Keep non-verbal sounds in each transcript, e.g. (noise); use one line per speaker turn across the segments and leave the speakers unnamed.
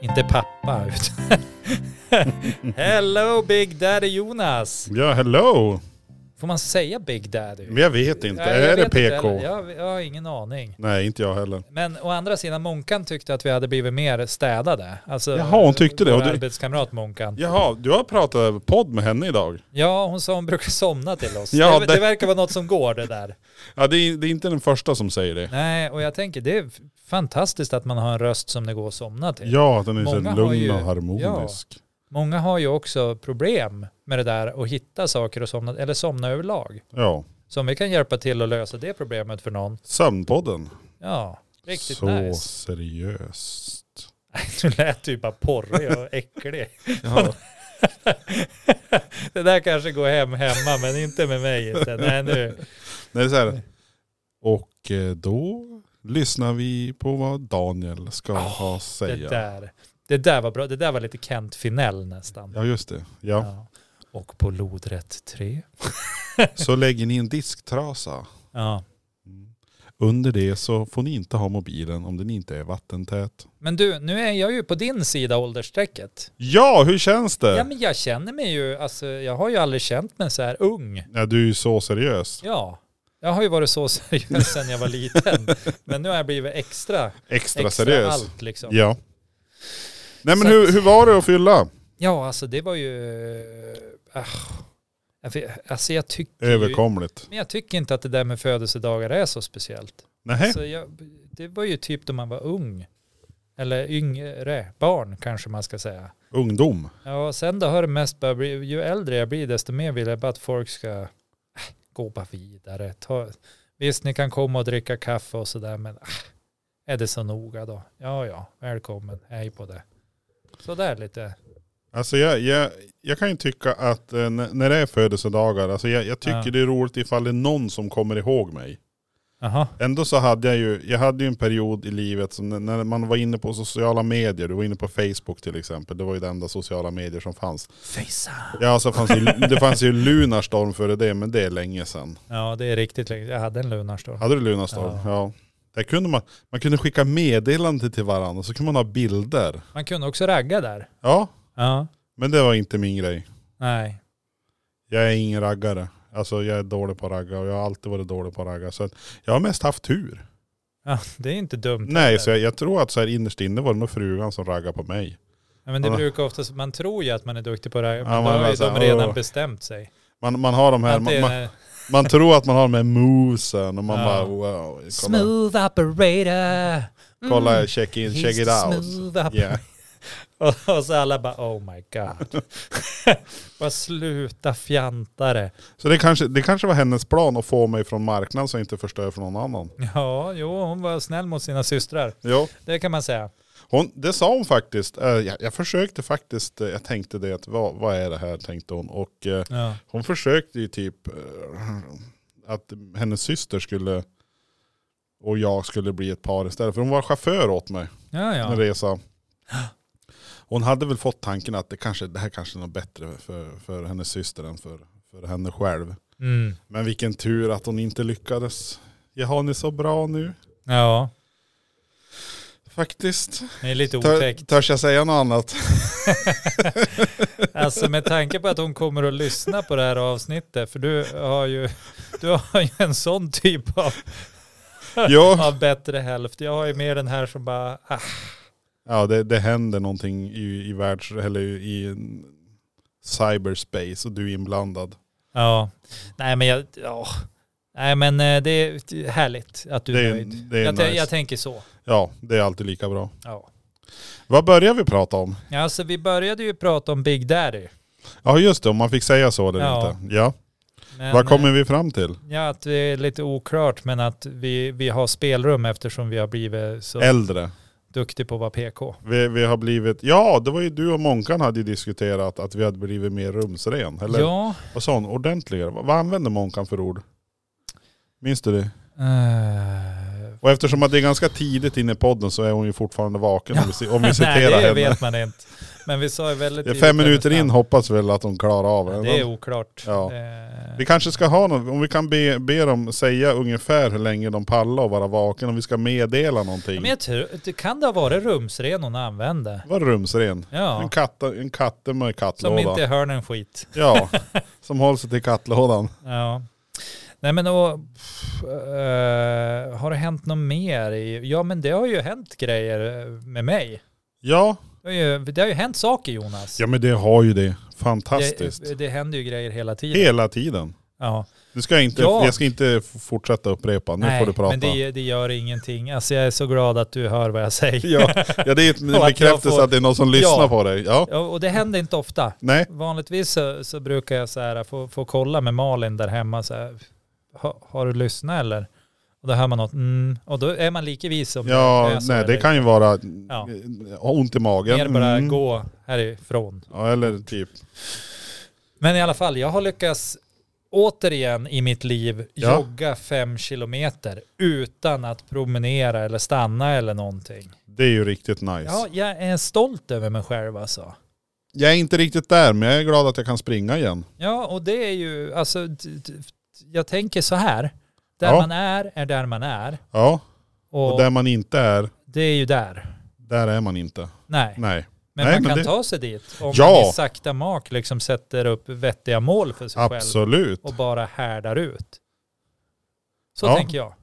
inte pappa. utan- (laughs) Hello Big Daddy Jonas.
Ja, hello!
Får man säga Big Daddy?
Men jag vet inte.
Nej, jag
är det
vet inte
PK?
heller. Jag, jag har ingen aning.
Nej, inte jag heller.
Men å andra sidan, Monkan tyckte att vi hade blivit mer städade. Alltså,
Jaha, hon tyckte det.
Vår
Och du-
arbetskamrat Monkan. Ja.
Jaha, du har pratat podd med henne idag.
hon sa hon brukar somna till oss.
Ja,
det,
det-
det verkar vara något som går det där.
Ja, det är, det är inte den första som säger det.
Nej, och jag tänker det är f- fantastiskt att man har en röst som det går att somna till.
Ja, den är så
Många har
lugn
ju-
och harmonisk.
Många har ju också problem med det där att hitta saker och somna, eller somna överlag.
Ja.
Så om vi kan hjälpa till att lösa det problemet för någon,
Sömnpodden.
ja, riktigt
så
nice. (laughs)
seriöst.
Du lät ju bara porrig och äcklig. (laughs) det där kanske går hem hemma, men inte med mig. Inte. Nej,
(laughs)
nu.
(laughs) Nej, det är så här. Och eh, då lyssnar vi på vad Daniel ska
Ah,
ha att
Det,
säga.
där. det där var bra. Det där var lite Kent Finell nästan.
Ja, just det. Ja.
Ja. Och på lodrätt 3.
Så lägger ni en disktrasa.
Ja.
Mm. Under det så får ni inte ha mobilen om den inte är vattentät.
Men du, nu är jag ju på din sida åldersstrecket.
Ja, hur känns det?
Ja, men jag känner mig ju, alltså, jag har ju aldrig känt mig så här ung.
Ja, du är ju så seriös.
Ja, jag har ju varit så (laughs) seriös sedan jag var liten. Men nu har jag blivit extra,
Extra,
extra
seriös.
allt liksom.
Ja. Nej men
Så
hur,
att-
hur var det att fylla?
Ja, alltså det var ju... Äh, alltså jag tycker ju-
Överkomligt.
Men jag tycker inte att det där med födelsedagar är så speciellt.
Nej.
Alltså jag, det var ju typ då man var ung. Eller yngre, barn kanske man ska säga.
Ungdom.
Ja, sen då har det mest börjat bli, ju äldre jag blir desto mer vill jag bara att folk ska äh, gå bara vidare. Ta, visst, ni kan komma och dricka kaffe och sådär, men äh, är det så noga då? Ja, ja, välkommen, hej på det. Så där lite.
Alltså jag, jag, jag kan ju tycka att eh, när när det är födelsedagar, alltså jag, jag tycker
Ja.
det är roligt ifall det är någon som kommer ihåg mig.
Jaha,
Ändå så hade jag ju, jag hade ju en period i livet som när- när man var inne på sociala medier, du var inne på Facebook till exempel, det var ju det enda sociala medier som fanns.
fejsa.
Ja alltså fanns ju, det fanns ju Lunarstorm före det, men det är länge sedan.
Ja, det är riktigt länge. Jag hade en Lunarstorm.
Hade du Lunarstorm?
Ja.
Ja. Där kunde man, man kunde skicka meddelanden till varandra och så kunde man ha bilder.
Man kunde också ragga där.
Ja,
Ja,
men det var inte min grej.
nej.
Jag är ingen raggare. Alltså jag är dålig på att ragga och jag har alltid varit dålig på att ragga. Så att jag har mest haft tur.
Ja, det är inte dumt.
Nej,
heller.
så jag, jag tror att så här innerst inne var det nog frugan som raggade på mig.
Ja, men det
Ja.
brukar oftast, man tror ju att man är duktig på det här, men
Ja,
då
man
har
bara
ju
så
de
här,
redan
"Åh."
bestämt sig.
Man, man har de här, man,
Antingen
man,
är-
man tror att man har de här movesen och man
Ja.
bara wow. Kolla,
smooth operator.
kolla check in,
he's
check it
the
out.
Smooth operator.
Yeah.
Och, och så alla bara oh my
(laughs)
god. bara sluta fjantare.
Så det kanske, det kanske var hennes plan att få mig från marknaden så jag inte förstör för någon annan.
Ja, jo, hon var snäll mot sina systrar.
Jo.
Det kan man säga.
Hon, det sa hon faktiskt. Eh, Jag, jag försökte faktiskt, eh, jag tänkte det, att vad, vad är det här tänkte hon. Och eh,
Ja.
hon försökte ju typ eh, att hennes syster skulle och jag skulle bli ett par istället. För hon var chaufför åt mig
Ja,
en
ja.
resa. Hon hade väl fått tanken att det, kanske, det här kanske är något bättre för, för hennes syster än för, för henne själv.
Mm.
Men vilken tur att hon inte lyckades. Jag har ni så bra nu
Ja, faktiskt.
faktiskt.
Det är lite
Tör,
otäckt.
törs jag säga något annat?
(laughs) Alltså med tanke på att hon kommer att lyssna på det här avsnittet, för du har ju, du har ju en sån typ av,
Jo.
av bättre hälft. Jag har ju mer den här som bara, ah,
Ja, det, det händer någonting i, i världs... Eller i en cyberspace och du är inblandad.
ja, nej men jag, ja, nej men eh, det är härligt att du
det
är
är,
nöjd.
det är
jag, tän-
nice.
jag tänker så.
Ja, det är alltid lika bra.
Ja.
Vad börjar vi prata om?
Ja, Alltså vi började ju prata om Big Daddy.
Ja, just det. Om man fick säga så eller
Ja.
inte. Ja.
Men,
Vad kommer vi fram till?
eh, Ja, att det är lite oklart men att vi, vi har spelrum eftersom vi har blivit så
Äldre.
duktiga på att vara PK.
Vi, vi har blivit... Ja, det var ju du och Månkan hade ju diskuterat att vi hade blivit mer rumsren. Eller
Ja, Eh,
vad sa hon? Ordentligare. Vad, vad använde Månkan för ord? Minns du det?
eh,
Och eftersom att det är ganska tidigt inne i podden så är hon ju fortfarande vaken om vi, om
(laughs)
vi
Nej,
citerar
det
henne.
vet man inte. Men vi sa ju väldigt
Ja,
tidigt
Fem
där
minuter in
bestämt.
hoppas väl att de klarar av det.
Det är oklart. Eh,
Ja.
Det-
Vi kanske ska ha någon, om vi kan be, be dem säga ungefär hur länge de pallar och vara vaken, om vi ska meddela någonting.
Men jag tror, det kan det ha varit rumsren hon använde?
Var rumsren. En,
Ja,
katt, en katte med
som
kattlåda.
inte hör en skit. (laughs)
Ja, som håller sig till kattlådan.
Ja. Nej men och, pff, eh, har det hänt något mer? i- Ja men det har ju hänt grejer eh, med mig.
Ja,
Det har ju, det har ju hänt saker Jonas.
ja men det har ju det. Fantastiskt.
det, det händer ju grejer hela tiden.
Hela tiden.
Ja.
Nu ska jag, inte,
Ja.
jag ska inte f- fortsätta upprepa, nu
Nej,
får du prata.
men det, det gör ingenting. Alltså jag är så glad att du hör vad jag säger.
ja,
(laughs)
ja, det är ett- en
jag
bekräftelse
får-
att det är någon som lyssnar
Ja.
på dig. Ja.
Ja, och det händer inte ofta.
Nej,
Vanligtvis så, så brukar jag så här, få, få kolla med Malin där hemma. Så här, "Ha- har du lyssnat eller? Och då hör man något mm, och då är man lika vis om det
ja,
är så
nej det
eller
kan ju vara
Ja.
eh, ont i magen.
Mer bara
Mm.
gå härifrån.
Ja, eller typ.
Men i alla fall, jag har lyckats återigen i mitt liv
Ja.
jogga fem kilometer utan att promenera eller stanna eller någonting.
Det är ju riktigt nice.
Ja, jag är stolt över mig själv alltså.
Jag är inte riktigt där, men jag är glad att jag kan springa igen.
Ja, och det är ju, alltså, d- d- jag tänker så här. Där
Ja.
man är, är där man är.
Ja,
Och,
och där man inte är,
det är ju där.
där är man inte.
Nej,
Nej,
men
Nej,
man
men
kan
det-
ta sig dit om
Ja.
man i sakta mak liksom sätter upp vettiga mål för sig själv
absolut.
och bara härdar ut. Så
Ja.
tänker jag.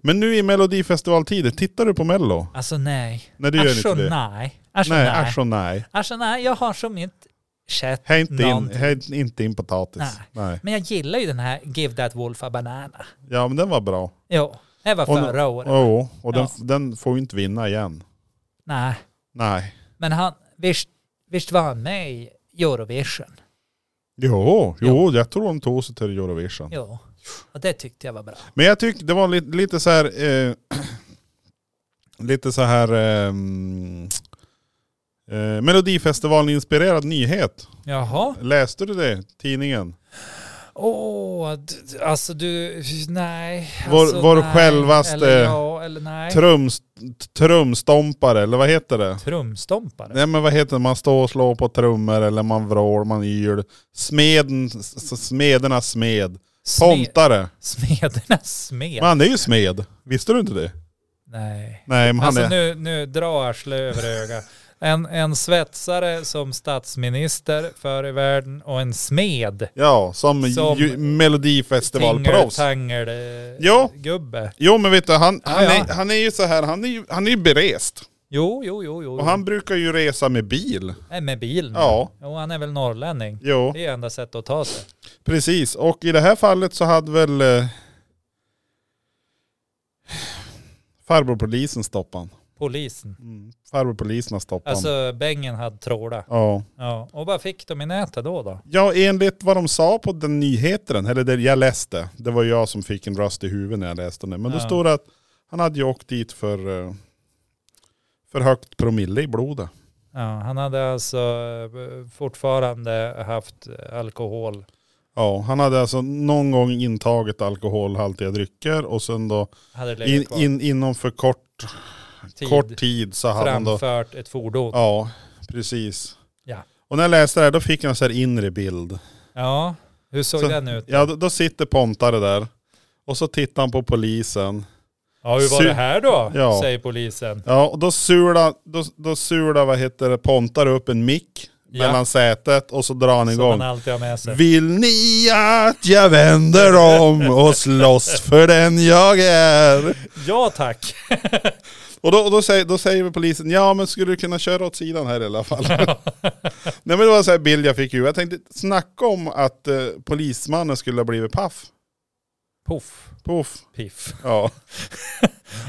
Men nu i melodifestivaltider, tittar du på mello?
Alltså nej.
Nej det gör
Alltså
inte det.
nej. Alltså
Nej,
nej.
asch och nej.
Alltså nej, jag har som mitt chat.
Häng inte in,
Någonting.
häng inte in potatis.
Nej.
Nej.
Men jag gillar ju den här Give That Wolf a Banana.
Ja men den var bra.
Jo, det var
Och nu-
förra året.
Oh, och den,
Ja.
den får ju inte vinna igen.
Nej,
Nej.
men han, visst, visst var han med i Eurovision?
Jo, jo jag tror de tog sig till Eurovision.
Jo, och det tyckte jag var bra.
Men jag tyckte det var lite, lite så här... Eh, (clears throat) lite så här... Eh, mm, eh, Melodifestivalen-inspirerad nyhet.
Jaha.
Läste du det? Tidningen?
Åh, d- d- alltså du, nej.
Vår-
alltså,
vår
nej.
självaste-
Eller ja, eller nej.
Trums, t- trumstompare, eller vad heter det?
Trumstompare.
Nej men vad heter det? Man står och slår på trummor eller man vrår, man yr. Smeden, s- s- smedernas smed.
Sme,
Tomtare.
smedernas smed.
Men han är ju smed. Visste du inte det?
Nej.
Nej men han
Alltså
är...
nu, nu drar arslet över öga. En, en svetsare som statsminister för i världen och en smed.
Ja, som,
Som
ju, melodifestivalproffs. Ja.
Tingeltangel-gubbe.
Jo men vet du, han,
Ja,
han,
ja.
Är, han är ju så här, han är ju, han är ju berest.
Jo, jo, jo, jo.
Och han brukar ju resa med bil.
är med bil nu.
Ja.
Jo, han är väl norrlänning.
Jo,
Det är enda sättet att ta sig.
precis. Och i det här fallet så hade väl eh, farbror polisen stoppat han.
Polisen.
Mm. Farbror polisen har stoppat han.
Alltså bängen hade tråla.
Ja.
Ja. Och vad fick de i nätet då då?
ja, enligt vad de sa på den nyheten, eller det jag läste, det var jag som fick en röst i huvudet när jag läste den. Men då
Ja.
står det att han hade ju åkt dit för, eh, för högt promille i blodet.
Ja, han hade alltså eh, fortfarande haft alkohol.
Ja, han hade alltså någon gång intagit alkoholhaltiga drycker och sen då
Hade legat
in,
kvar.
in, inom för kort tid, kort tid så hade han då...
framfört ett fordon.
Ja, precis.
Ja.
Och när jag läste det här då fick jag en sån här inre bild.
Ja, hur såg
Så-
den ut?
Ja, då, då sitter Pontare där och så tittar han på polisen.
Ja, hur var
sy-
det här då?
Ja.
Säger polisen.
Ja, och då sular, då, då sular vad heter det, Pontare upp en mick
Ja.
mellan sätet och så drar han
Som man
igång.
alltid har med sig.
Vill ni att jag vänder om och slåss för den jag är?
Ja tack.
Och då, och då, säger, då säger polisen, ja men skulle du kunna köra åt sidan här i alla fall? (laughs) Nej men det var så här bild jag fick ju. Jag tänkte, snacka om att eh, polismannen skulle ha blivit paff.
Poff,
Poff.
piff.
Ja.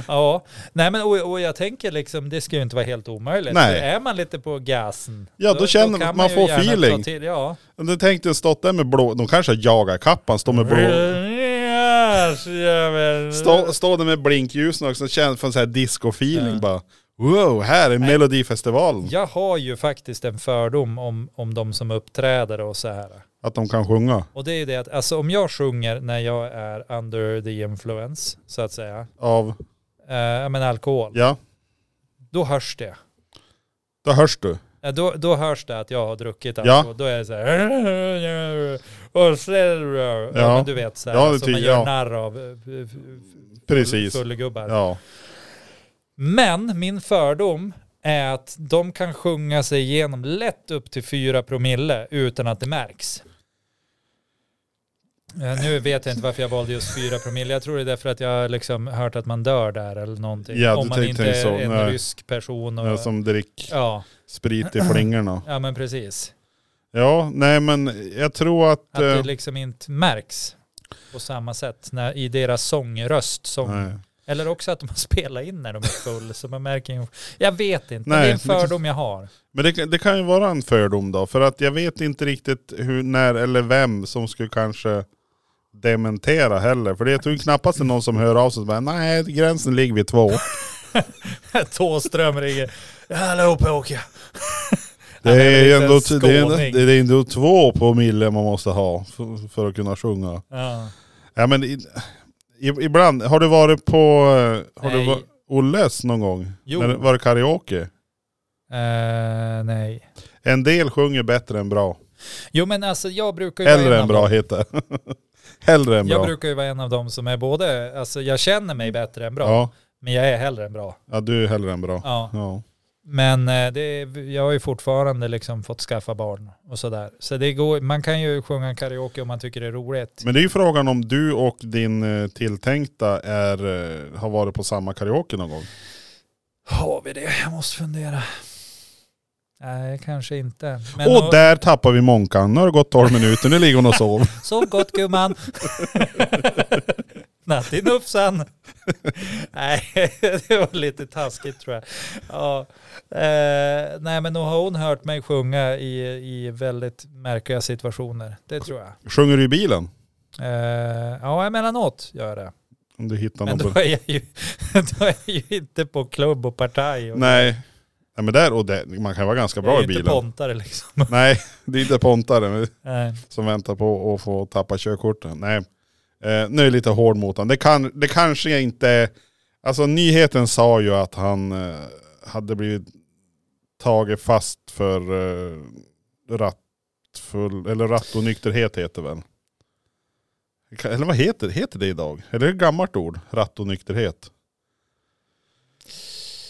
Ja, nej men och, och jag tänker liksom det ska ju inte vara helt omöjligt.
Nej.
För Är man lite på gasen.
Ja, då känner man-
kan
man
ju
får
gärna ta
feeling.
Till, ja.
Men då tänkte jag stått där med blå, de kanske har jagarkappan, står med blå...
Yes, jävel.
Stå, stå där med blinkljusen också, känns för en sån här disco-feeling bara. Wow, här är melodifestivalen.
Jag har ju faktiskt en fördom om, om de som uppträder och så här.
Att de kan sjunga.
Och det är ju det att alltså, om jag sjunger när jag är under the influence så att säga.
Av,
Eh, men alkohol.
ja,
Då hörs det.
då hörs du.
Ja, Då, då hörs det att jag har druckit
Ja.
alkohol. Då är det så här. Och så, ja.
Ja.
men du vet så här,
Ja, det
som man
tycker
gör
jag.
narr av eh, f- f-
Precis.
fullegubbar.
Ja.
Men min fördom är att de kan sjunga sig igenom lätt upp till 4 promille utan att det märks. Eh, Nu vet jag inte varför jag valde just 4 promille. Jag tror det är därför att jag har liksom hört att man dör där eller någonting.
Ja,
Om
du
man
tänkte
inte är
så.
en
Nej.
rysk person. Och,
Ja, Som drick
ja,
sprit i flingorna.
ja, men precis.
Ja, nej men jag tror att...
Att det
eh,
liksom inte märks på samma sätt när, i deras sångröst. Sång.
nej.
Eller också att de har spelat in när de är full så man märker ingen- Jag vet inte,
Nej,
det är en
det kan-
fördom jag har.
Men det, det kan ju vara en fördom då, för att jag vet inte riktigt hur, när eller vem som skulle kanske dementera heller. För det jag tror knappast det är någon som hör av sig och bara nej gränsen ligger vid två.
Tåström ringer. Hallå Påka!
Det
Han
är,
väl lite
ju ändå, det, är,
skåning.
det är ändå två promille man måste ha för, för att kunna sjunga.
Ja.
Ja, men i, i, ibland, har du varit på eh, har du
Nej.
var, Olles någon gång?
Jo.
När, det- var det karaoke?
Eh, nej.
En del sjunger bättre än bra.
Jo men alltså jag brukar ju vara
Hellre
en
än
av
bra
dem.
heter (laughs) det. Hellre än bra.
Jag brukar ju vara en av dem som är både, alltså jag känner mig bättre än bra,
Ja,
men jag är hellre än bra.
ja, du är hellre än bra.
Ja.
Ja.
Men eh, det, jag har ju fortfarande liksom fått skaffa barn och sådär. Så det går, man kan ju sjunga karaoke om man tycker det är roligt.
Men det är ju frågan om du och din eh, tilltänkta är, eh, har varit på samma karaoke någon gång.
Har vi det? Jag måste fundera. Nej, kanske inte. Men
och
och-
där tappar vi Månkan. Nu har det gått 12 minuter, nu ligger hon och (laughs) sover.
Sov gott gumman. Natti Nufsan. Nej, (laughs) det var lite taskigt tror jag. Ja. Eh, nej, men nog har hon hört mig sjunga i, i väldigt märkliga situationer. Det tror jag.
Sjunger du i bilen?
Eh, ja, emellanåt gör jag det.
Om du hittar
Men
någon.
då
på-
är jag ju, (laughs) då är jag ju inte på klubb och partaj. Och
Nej. Nej men där och där, man kan vara ganska
jag är
bra i
ju inte
bilen.
pontare liksom. (laughs)
Nej, det är inte pontare
Nej.
som väntar på att få tappa körkorten. Nej, eh, nu är jag lite hård mot honom. Det, kan, det kanske inte... Alltså nyheten sa ju att han eh, hade blivit tagen fast för eh, rattfull, eller rattonykterhet heter det väl. Ka- Eller vad heter, heter det idag? Eller är det ett gammalt ord? Rattonykterhet.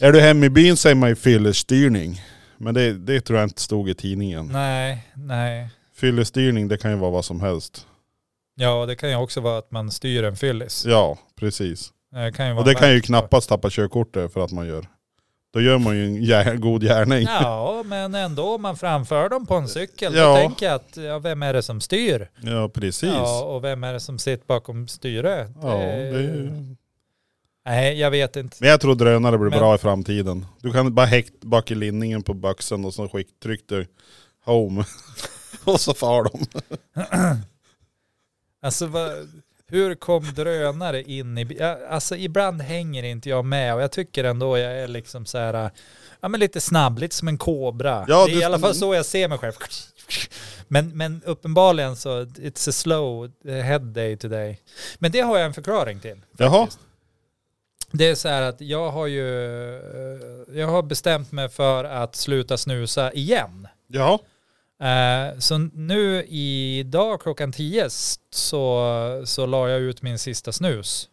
Är du hemma i byn säger man ju fyllestyrning. Men det, det tror jag inte stod i tidningen.
nej, nej.
Fyllestyrning det kan ju vara vad som helst.
Ja, det kan ju också vara att man styr en fyllis.
Ja, precis.
Det kan ju vara
Och det kan ju
värt-
knappast tappa körkortet för att man gör. Då gör man ju en gär, god gärning. (laughs)
Ja, men ändå om man framför dem på en cykel,
Ja.
då tänker jag att ja, vem är det som styr?
Ja, precis.
Ja, Eh.
Ja,
och vem är det som sitter bakom styret?
det är... ju-
Nej, jag vet inte.
Men jag tror drönare blir
Men-
bra i framtiden. Du kan bara häkt bak i linningen på boxen och så skick, tryck du
(laughs)
home. och så far de.
Alltså, vad, hur kom drönare in i... bi- ja, Alltså, ibland hänger inte jag med och jag tycker ändå jag är liksom så här... Ja, men lite snabb, lite som en kobra. det är
Ja, du- Mm.
i alla fall så jag ser mig själv. Men, men uppenbarligen så, it's a slow eh, head day today. Men det har jag en förklaring till.
Jaha.
Det är så här att jag har ju eh, jag har bestämt mig för att sluta snusa igen.
Ja.
Eh, Så nu idag klockan 10 s- så, så la jag ut min sista snus.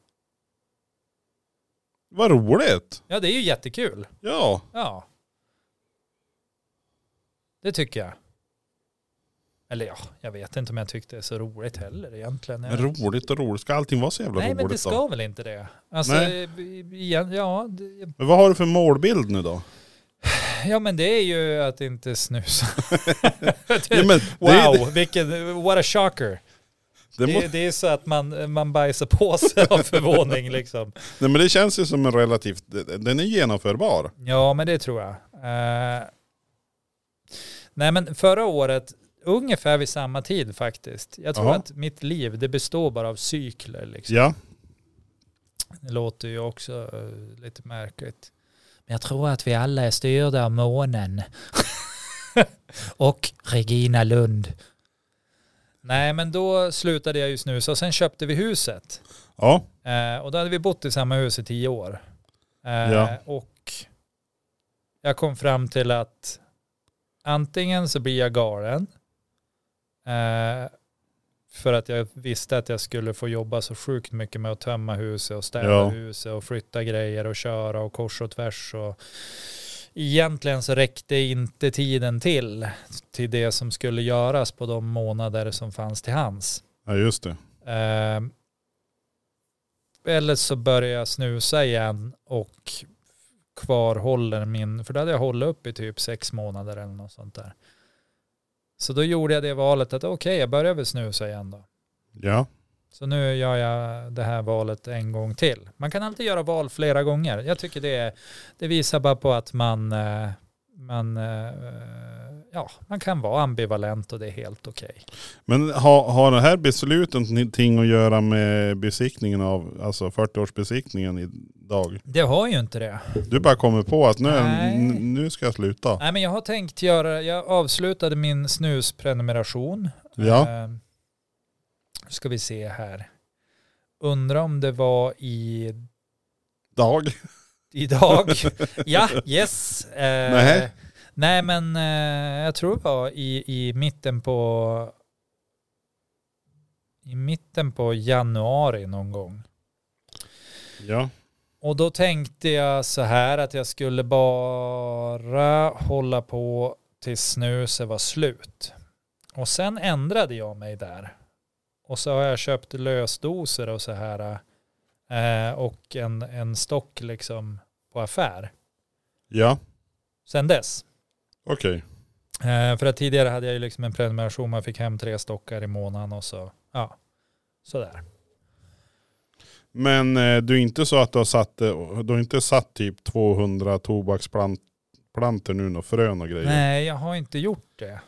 Vad roligt.
Ja, det är ju jättekul.
Ja.
Ja. Det tycker jag. Eller ja, jag vet inte om jag tyckte det är så roligt heller egentligen.
Men roligt och roligt. Ska allting vara så jävla
Nej,
roligt
men det ska
då?
väl inte det. Alltså,
Nej.
eh, igen, ja, det,
Men vad har du för målbild nu då?
Ja men det är ju att inte snusa.
Ja, men det är-
wow, vilken, what a shocker.
det,
Det,
må,
är- det är så att man, man bajsar på sig av förvåning liksom.
nej, men det känns ju som en relativt... Den är genomförbar.
Ja men det tror jag. Eh, nej men förra året, ungefär vid samma tid faktiskt. Jag tror
Jaha.
att mitt liv, det består bara av cykler liksom.
Ja.
Det låter ju också eh, lite märkligt. Men jag tror att vi alla är styrda av månen. (laughs) och Regina Lund. Nej, men då slutade jag ju snusa och sen köpte vi huset.
Ja,
Eh, och då hade vi bott i samma hus i tio år. Eh,
Ja.
Och jag kom fram till att antingen så blir jag galen eh, för att jag visste att jag skulle få jobba så sjukt mycket med att tömma huset och städa
Ja.
huset och flytta grejer och köra och kors och tvärs och egentligen så räckte inte tiden till till det som skulle göras på de månader som fanns till hands.
Ja just det.
Eh, eller så börjar jag snusa igen och kvarhåller min, för då hade jag hållit upp i typ sex månader eller något sånt där. Så då gjorde jag det valet att okej, jag börjar väl snusa igen då.
Ja.
Så nu gör jag det här valet en gång till. Man kan alltid göra val flera gånger. Jag tycker det, det visar bara på att man, eh, man, eh, ja, man kan vara ambivalent och det är helt okej.
Men har, har det här beslutet någonting att göra med besiktningen av, alltså 40-årsbesiktningen idag?
Det har ju inte det.
Du bara kommer på att nu,
Nej.
n- nu ska jag sluta.
Nej, men jag har tänkt göra, jag avslutade min snusprenumeration.
Ja.
Eh, nu ska vi se här. Undrar om det var i,
Dag.
idag.
(laughs)
ja, yes. Eh,
Nej.
Nej, men eh, jag tror det var i, i mitten på i mitten på januari någon gång.
Ja.
Och då tänkte jag så här att jag skulle bara hålla på tills snuset var slut. Och sen ändrade jag mig där. Och så har jag köpt lösdoser och så här. Eh, och en, en stock liksom på affär.
Ja.
Sen dess.
Okej.
Eh, för att tidigare hade jag ju liksom en prenumeration. Man fick hem tre stockar i månaden och så. Ja, sådär.
Men eh, du är inte så att du har satt, eh, du har inte satt typ 200 tobaksplantor nu och frön och grejer?
Nej, jag har inte gjort det.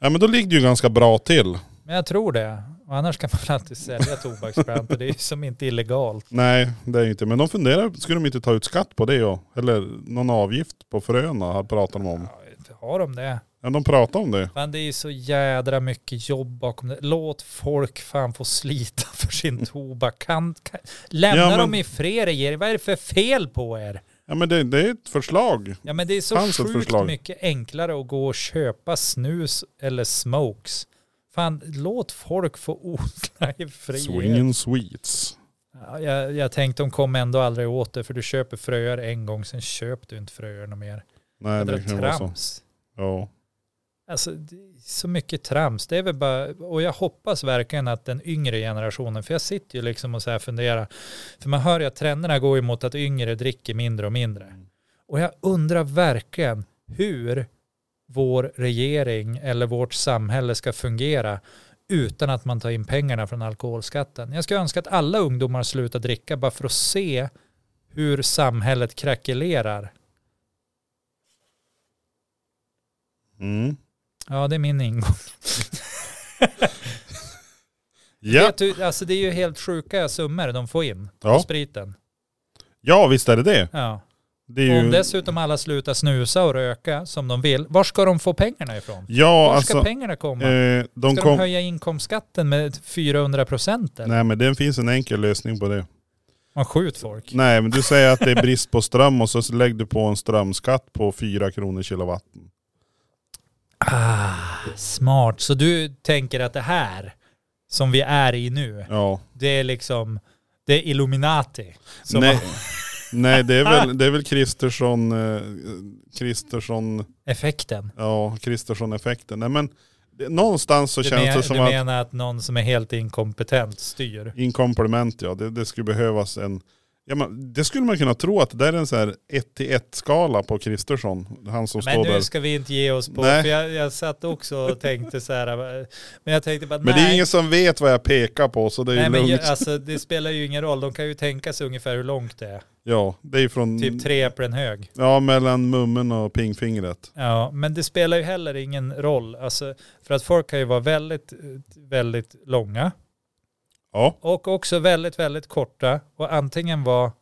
Ja men då ligger du ju ganska bra till.
Men jag tror det. Och annars kan man väl alltid sälja tobaksplantor. Det är ju som inte illegalt.
Nej det är inte. Men de funderar, skulle de inte ta ut skatt på det? Och, eller någon avgift på fröna har pratat de om.
Ja, inte har de det?
Ja de pratar om det.
Men det är så jädra mycket jobb bakom det. Låt folk fan få slita (laughs) för sin tobak. Kan, kan, lämna
Ja, men-
dem i fred regering. Vad är det för fel på er?
Ja men det, det är ett förslag.
Ja men det är så
Fanns ett
sjukt
förslag.
mycket enklare att gå och köpa snus eller smokes. Fan, låt folk få odla i frihet.
Swingin' Sweets.
Ja, jag, jag tänkte de kommer ändå aldrig åt det för du köper fröer en gång, sen köper du inte fröer något mer.
Nej
Jädra
det kan ju vara så.
trams.
Ja.
Alltså, det är så mycket trams. Det är väl bara, och jag hoppas verkligen att den yngre generationen, för jag sitter ju liksom och så här funderar, för man hör ju att trenderna går ju mot att yngre dricker mindre och mindre.
Mm.
Och jag undrar verkligen hur vår regering eller vårt samhälle ska fungera utan att man tar in pengarna från alkoholskatten. Jag skulle önska att alla ungdomar slutar dricka bara för att se hur samhället krackelerar.
Mm.
Ja, det är min ingång.
Ja.
Vet du, alltså det är ju helt sjuka summor de får in på
Ja.
spriten.
ja visst är det det.
Ja.
det är
Om
ju...
dessutom alla slutar snusa och röka som de vill, var ska de få pengarna ifrån? Var
Ja
ska
alltså.
pengarna komma?
Eh, de
ska
kom...
de höja inkomstskatten med 400 procent eller?
Nej men det finns en enkel lösning på det.
Man skjuter folk.
Nej men du säger att det är brist på ström och så lägger du på en strömskatt på 4 kronor kilowatten.
Ah, smart. Så du tänker att det här som vi är i nu,
Ja.
det är liksom, det är Illuminati. Som
Nej.
har-
(laughs) Nej det är väl, det är väl Kristersson, eh, Kristersson,
Effekten.
ja Kristersson-effekten. Nej men det, någonstans så
Du,
känns
men,
det som
du
att
menar att någon som är helt inkompetent styr?
inkomplement ja, det, det skulle behövas en, ja men det skulle man kunna tro att det där är en sån här 1 till 1 skala på Kristersson. Han som
Men
står där.
nu ska vi inte ge oss på,
Nej.
för jag, jag satt också och tänkte så här, men jag tänkte bara nej.
Men det är ingen som vet vad jag pekar på så det är
Nej,
ju
men
lugnt.
ju, alltså, det spelar ju ingen roll, de kan ju tänka sig ungefär hur långt det är.
Ja, det är ju från...
Typ tre äpplen hög.
Ja, mellan mummen och pingfingret.
Ja, men det spelar ju heller ingen roll, alltså, för att folk kan ju vara väldigt, eh, väldigt långa
Ja.
och också väldigt, väldigt korta och antingen vara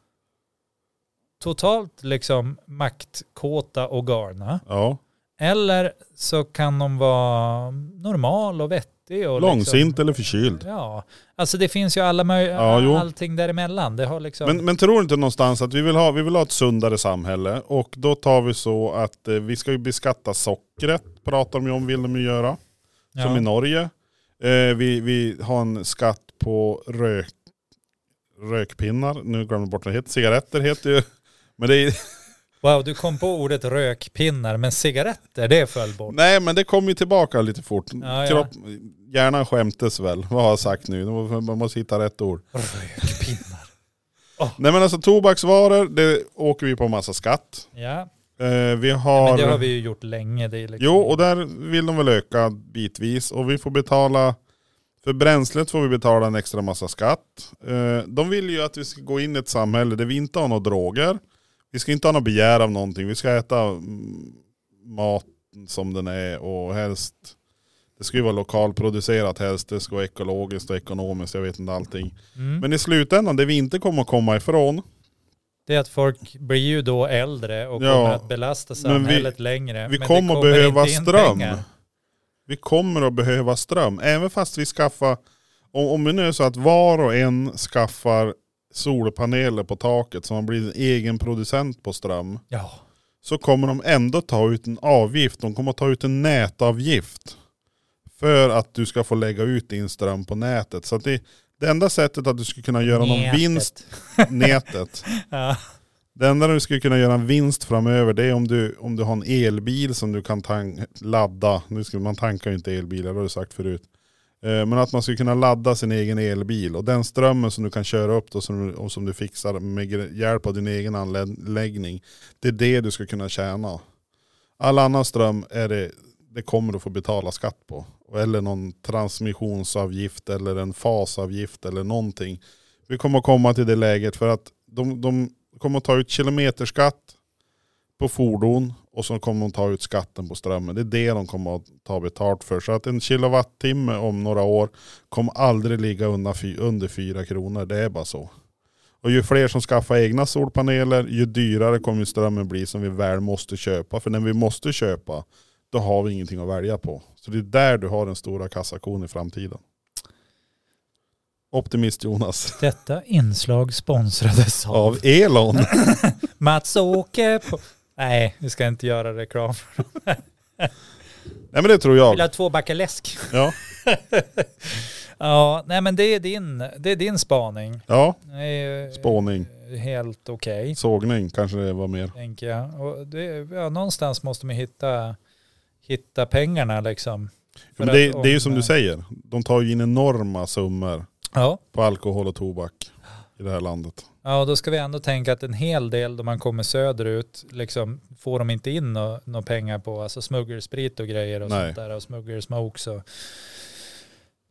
totalt liksom maktkåta och galna
Ja.
eller så kan de vara normal och vettig vettig. Och
Långsint
liksom,
eller förkyld.
Ja, alltså det finns ju alla möj-
Ja, jo.
allting däremellan. Det har liksom...
Men, men tror inte någonstans att vi vill, ha, vi vill ha ett sundare samhälle och då tar vi så att eh, vi ska ju beskatta sockret, pratar de ju om, vill de ju göra,
ja.
som i Norge. Eh, vi, vi har en skatt på rök, rökpinnar, nu glömde jag bort vad det heter, cigaretter heter ju, men det är,
Wow, du kom på ordet rökpinnar, men cigaretter, det föll bort.
Nej men det kom ju tillbaka lite fort.
Ja, ja.
Kropp, Hjärnan skämtes väl, vad har jag sagt nu? Man måste hitta rätt ord.
Rökpinnar.
Nej men alltså tobaksvaror, det åker vi på massa skatt.
(laughs) Ja,
Eh, vi
men
har...
det har vi ju gjort länge. Det är liksom...
Jo och där vill de väl öka bitvis och vi får betala, för bränslet får vi betala en extra massa skatt. Eh, de vill ju att vi ska gå in i ett samhälle där vi inte har några droger. Vi ska inte ha något begär av någonting, vi ska äta mm, mat som den är och helst det ska ju vara lokalproducerat helst, det ska vara ekologiskt och ekonomiskt, jag vet inte allting.
Mm.
Men i slutändan, det vi inte kommer att komma ifrån,
Det är att folk blir ju då äldre och
Ja,
kommer att belasta
men vi-
samhället längre.
vi
men det
kommer att behöva
inte in
ström.
pengar.
Vi kommer att behöva ström. Även fast vi skaffar, om, om det nu är så att var och en skaffar solpaneler på taket så man blir en egen producent på ström.
Ja,
Så kommer de ändå ta ut en avgift. De kommer att ta ut en nätavgift. För att du ska få lägga ut din ström på nätet. Så att det, det enda sättet att du skulle kunna göra någon
Nätet.
vinst, nätet.
Ja.
Det enda du skulle kunna göra en vinst framöver det är om du, om du har en elbil som du kan tank, ladda. Nu ska, man tankar ju inte elbilar, det har du sagt förut. Eh, Men att man skulle kunna ladda sin egen elbil och den strömmen som du kan köra upp då, som, du- och som du fixar med gre- hjälp av din egen anläggning. Det är det du ska kunna tjäna. All annan ström är det, det kommer du få betala skatt på. Eller någon transmissionsavgift eller en fasavgift eller någonting. Vi kommer att komma till det läget för att de, de kommer att ta ut kilometerskatt på fordon och så kommer de ta ut skatten på strömmen. Det är det de kommer att ta betalt för. Så att en kilowattimme om några år kommer aldrig ligga undan fy- under 4 kronor. Det är bara så. Och ju fler som skaffar egna solpaneler, ju dyrare kommer ju strömmen bli som vi väl måste köpa. För när vi måste köpa, då har vi ingenting att välja på. Så det är där du har den stora kassakon i framtiden. Optimist Jonas.
Detta inslag sponsrades av
Av Elon.
Mats Åke på... Nej, vi ska inte göra reklam.
(laughs) Nej men det tror
Vill
jag.
ha två backar läsk?
Ja.
(laughs) ja, nej men det är din, det är din spaning.
ja,
Det är, eh,
spåning.
Helt okej,
Sågning kanske det var mer.
tänker jag. Och det, ja, någonstans måste man hitta, hitta pengarna liksom.
Men
För
det,
att
det är ju
om- eh,
som du säger, de tar ju in enorma summor
Ja.
på alkohol och tobak i det här landet.
Ja, och då ska vi ändå tänka att en hel del då man kommer söderut liksom, får de inte in nå- några pengar på alltså smuggelsprit och grejer och
Nej.
sånt där och smuggelsmokes och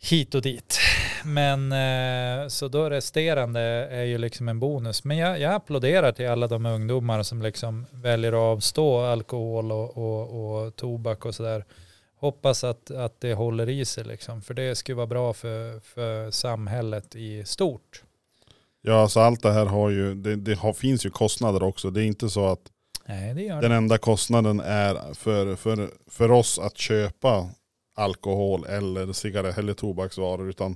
hit och dit. Men eh, så då resterande är ju liksom en bonus. Men jag, jag applåderar till alla de ungdomar som liksom väljer att avstå alkohol och, och, och tobak och sådär. Hoppas att, att det håller i sig liksom, för det skulle vara bra för, för samhället i stort.
Ja alltså allt det här har ju, det, det har, finns ju kostnader också. Det är inte så att
Nej, det gör
den enda kostnaden är för, för, för oss att köpa alkohol eller cigaretter eller tobaksvaror utan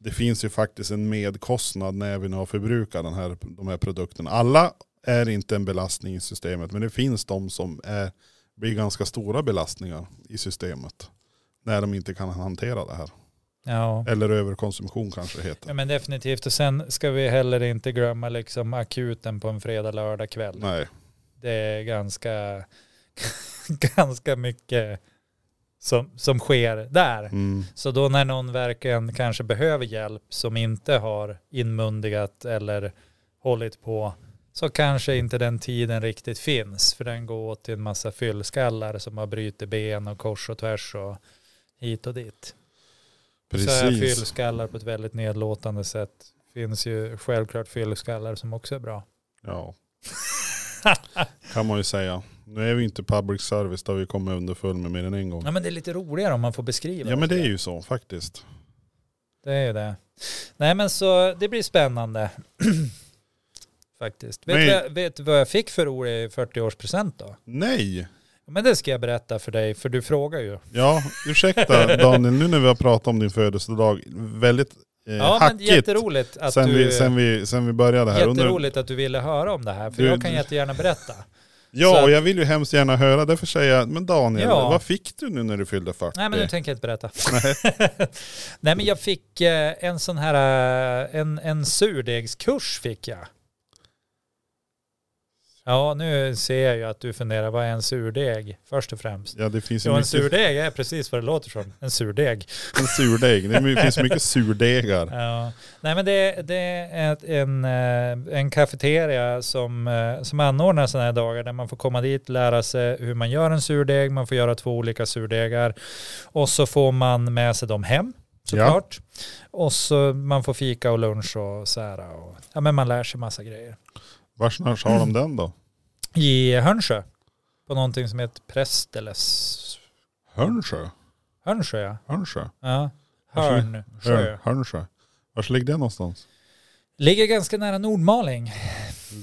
det finns ju faktiskt en medkostnad när vi nu har förbrukat den här, de här produkterna. Alla är inte en belastning i systemet men det finns de som är, blir ganska stora belastningar i systemet när de inte kan hantera det här.
Ja.
Eller överkonsumtion kanske det heter.
ja, men definitivt. Och sen ska vi heller inte glömma liksom akuten på en fredag, lördag kväll.
Nej,
Det är ganska, (laughs) ganska mycket som, som sker där.
mm.
Så då när någon verkligen kanske behöver hjälp som inte har inmundigat eller hållit på så kanske inte den tiden riktigt finns för den går åt till en massa fyllskallar som har brutit ben och kors och tvärs och hit och dit. Så här
precis.
fyllskallar på ett väldigt nedlåtande sätt. Finns ju självklart fyllskallar som också är
(laughs)
bra.
Ja. kan man ju säga. Nu är vi inte public service där vi kommer underfull med mer än en gång.
Ja men det är lite roligare om man får beskriva
Ja men det är ju så faktiskt.
Det är ju det. Nej men så det blir spännande. (clears throat) Faktiskt. Vet
Men-
du vad- vet du vad jag fick för ord i 40-årspresent då?
Nej,
Men det ska jag berätta för dig, för du frågar ju.
Ja,
(laughs)
ursäkta Daniel, nu när vi har pratat om din födelsedag väldigt eh,
Ja, men
hackigt
jätteroligt att
sen,
du...
vi, sen, vi, sen vi började här. Undrar-
Jätteroligt att du ville höra om det här, för
Du-
jag kan jättegärna berätta.
ja,
så-
och jag vill ju hemskt gärna höra, därför säger jag, men Daniel,
Ja.
vad fick du nu när du fyllde 40?
Nej, men nu tänker jag inte berätta. (laughs) Nej, men jag fick eh, en sån här, eh, en, en surdegskurs fick jag. Ja, nu ser jag ju att du funderar, vad är en surdeg först och främst?
ja, det finns ju
Ja, en
mycket,
surdeg är precis vad det låter som, en surdeg.
en surdeg. Det my- finns mycket surdegar.
Ja. Nej men det, det är ett, en, eh, en kafeteria som, eh, som anordnar sådana här dagar där man får komma dit, lära sig hur man gör en surdeg, man får göra två olika surdegar och så får man med sig dem hem såklart. Och så man får fika och lunch och så här. Och, ja men man lär sig massa grejer.
Vars har de den då?
I Hörnsjö, på någonting som heter Prästeles.
Hörnsjö?
Hörnsjö ja.
Hörnsjö?
ja.
Hörnsjö.
Hörnsjö.
Hörn, Hörnsjö. Vars ligger det någonstans?
Ligger ganska nära Nordmaling.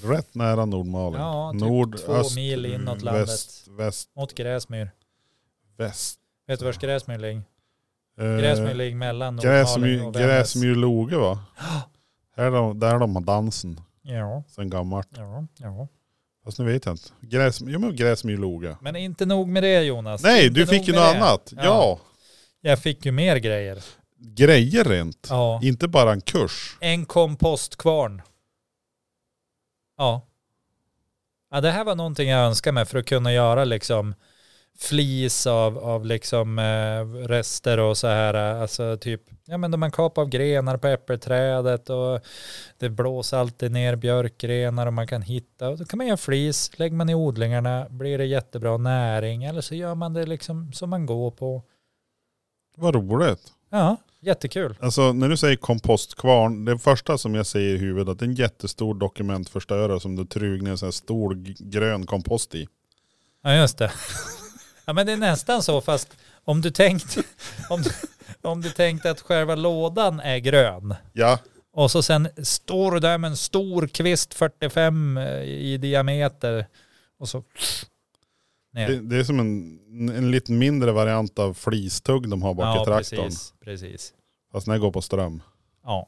Rätt nära Nordmaling.
Ja, typ
Nord, mm,
två mil inåt landet.
Väst, väst,
Mot Gräsmyr.
väst.
Vet du vars Gräsmyr ligger?
Eh,
Gräsmyr ligger mellan Nordmaling
Gräsmyr,
och Vännäs.
Gräsmyrloge va? Här de, där de har dansen
Ja,
sen gammalt.
ja, ja.
Fast nu vet jag inte. Gräs, jo men Gräsmyrloge.
Men inte nog med det Jonas.
Nej,
Inte
du fick
nog
ju
med
något
det.
annat. Ja.
Ja. Jag fick ju mer grejer.
Grejer rent.
Ja.
Inte bara en kurs.
En kompostkvarn. Ja. Ja, det här var någonting jag önskar mig för att kunna göra liksom flis av, av liksom eh, rester och så här. eh, Alltså typ, ja men man kapar av grenar på äppelträdet och det blåser alltid ner björkgrenar och man kan hitta. Och då kan man göra flis, lägger man i odlingarna, blir det jättebra näring eller så gör man det liksom som man går på.
Vad roligt.
Ja, jättekul.
Alltså när du säger kompostkvarn, det första som jag säger i huvudet att det är en jättestor dokumentförstörare som du trugnar en sån här stor g- grön kompost i.
Ja just det. Ja men det är nästan så fast om du tänkt, om, du- om du tänkt att själva lådan är grön
Ja,
och så sen står du där med en stor kvist 45 i diameter och så ner.
det, det är som en, en lite mindre variant av flistugg de har bak i traktorn.
precis, precis.
Fast när jag går på ström.
Ja.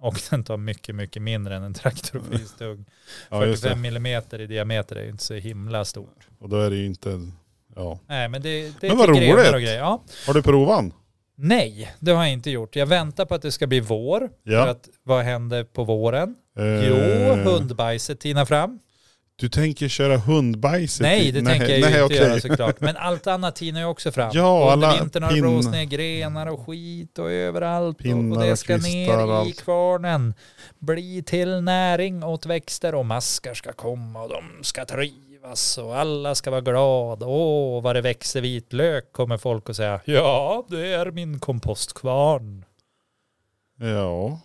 Och den tar mycket, mycket mindre än en traktor och flistugg.
(laughs) Ja just
45
det.
millimeter i diameter är ju inte så himla stor.
Och då är det ju inte, ja.
Nej men det, det är
Men vad
till grenar
roligt.
och grejer. Ja.
Har du provat den?
Nej, det har jag inte gjort. Jag väntar på att det ska bli vår. För
Ja.
att vad händer på våren?
Eh,
Jo, hundbajset tinar fram.
Du tänker köra hundbajset?
Nej,
Typ i-
det tänker jag ju inte
okej.
göra såklart. Men allt annat tinar ju också fram.
Ja,
Under
alla
vintern har det
pin-
blåst ner grenar och skit och överallt. och,
Pinnar
och det
och
ska
kvistar och
ner i
allt.
kvarnen. Bli till näring åt växter och maskar ska komma och de ska trivas och alla ska vara glada. Åh, vad det växer vitlök kommer folk att säga. Ja, det är min kompostkvarn.
Ja.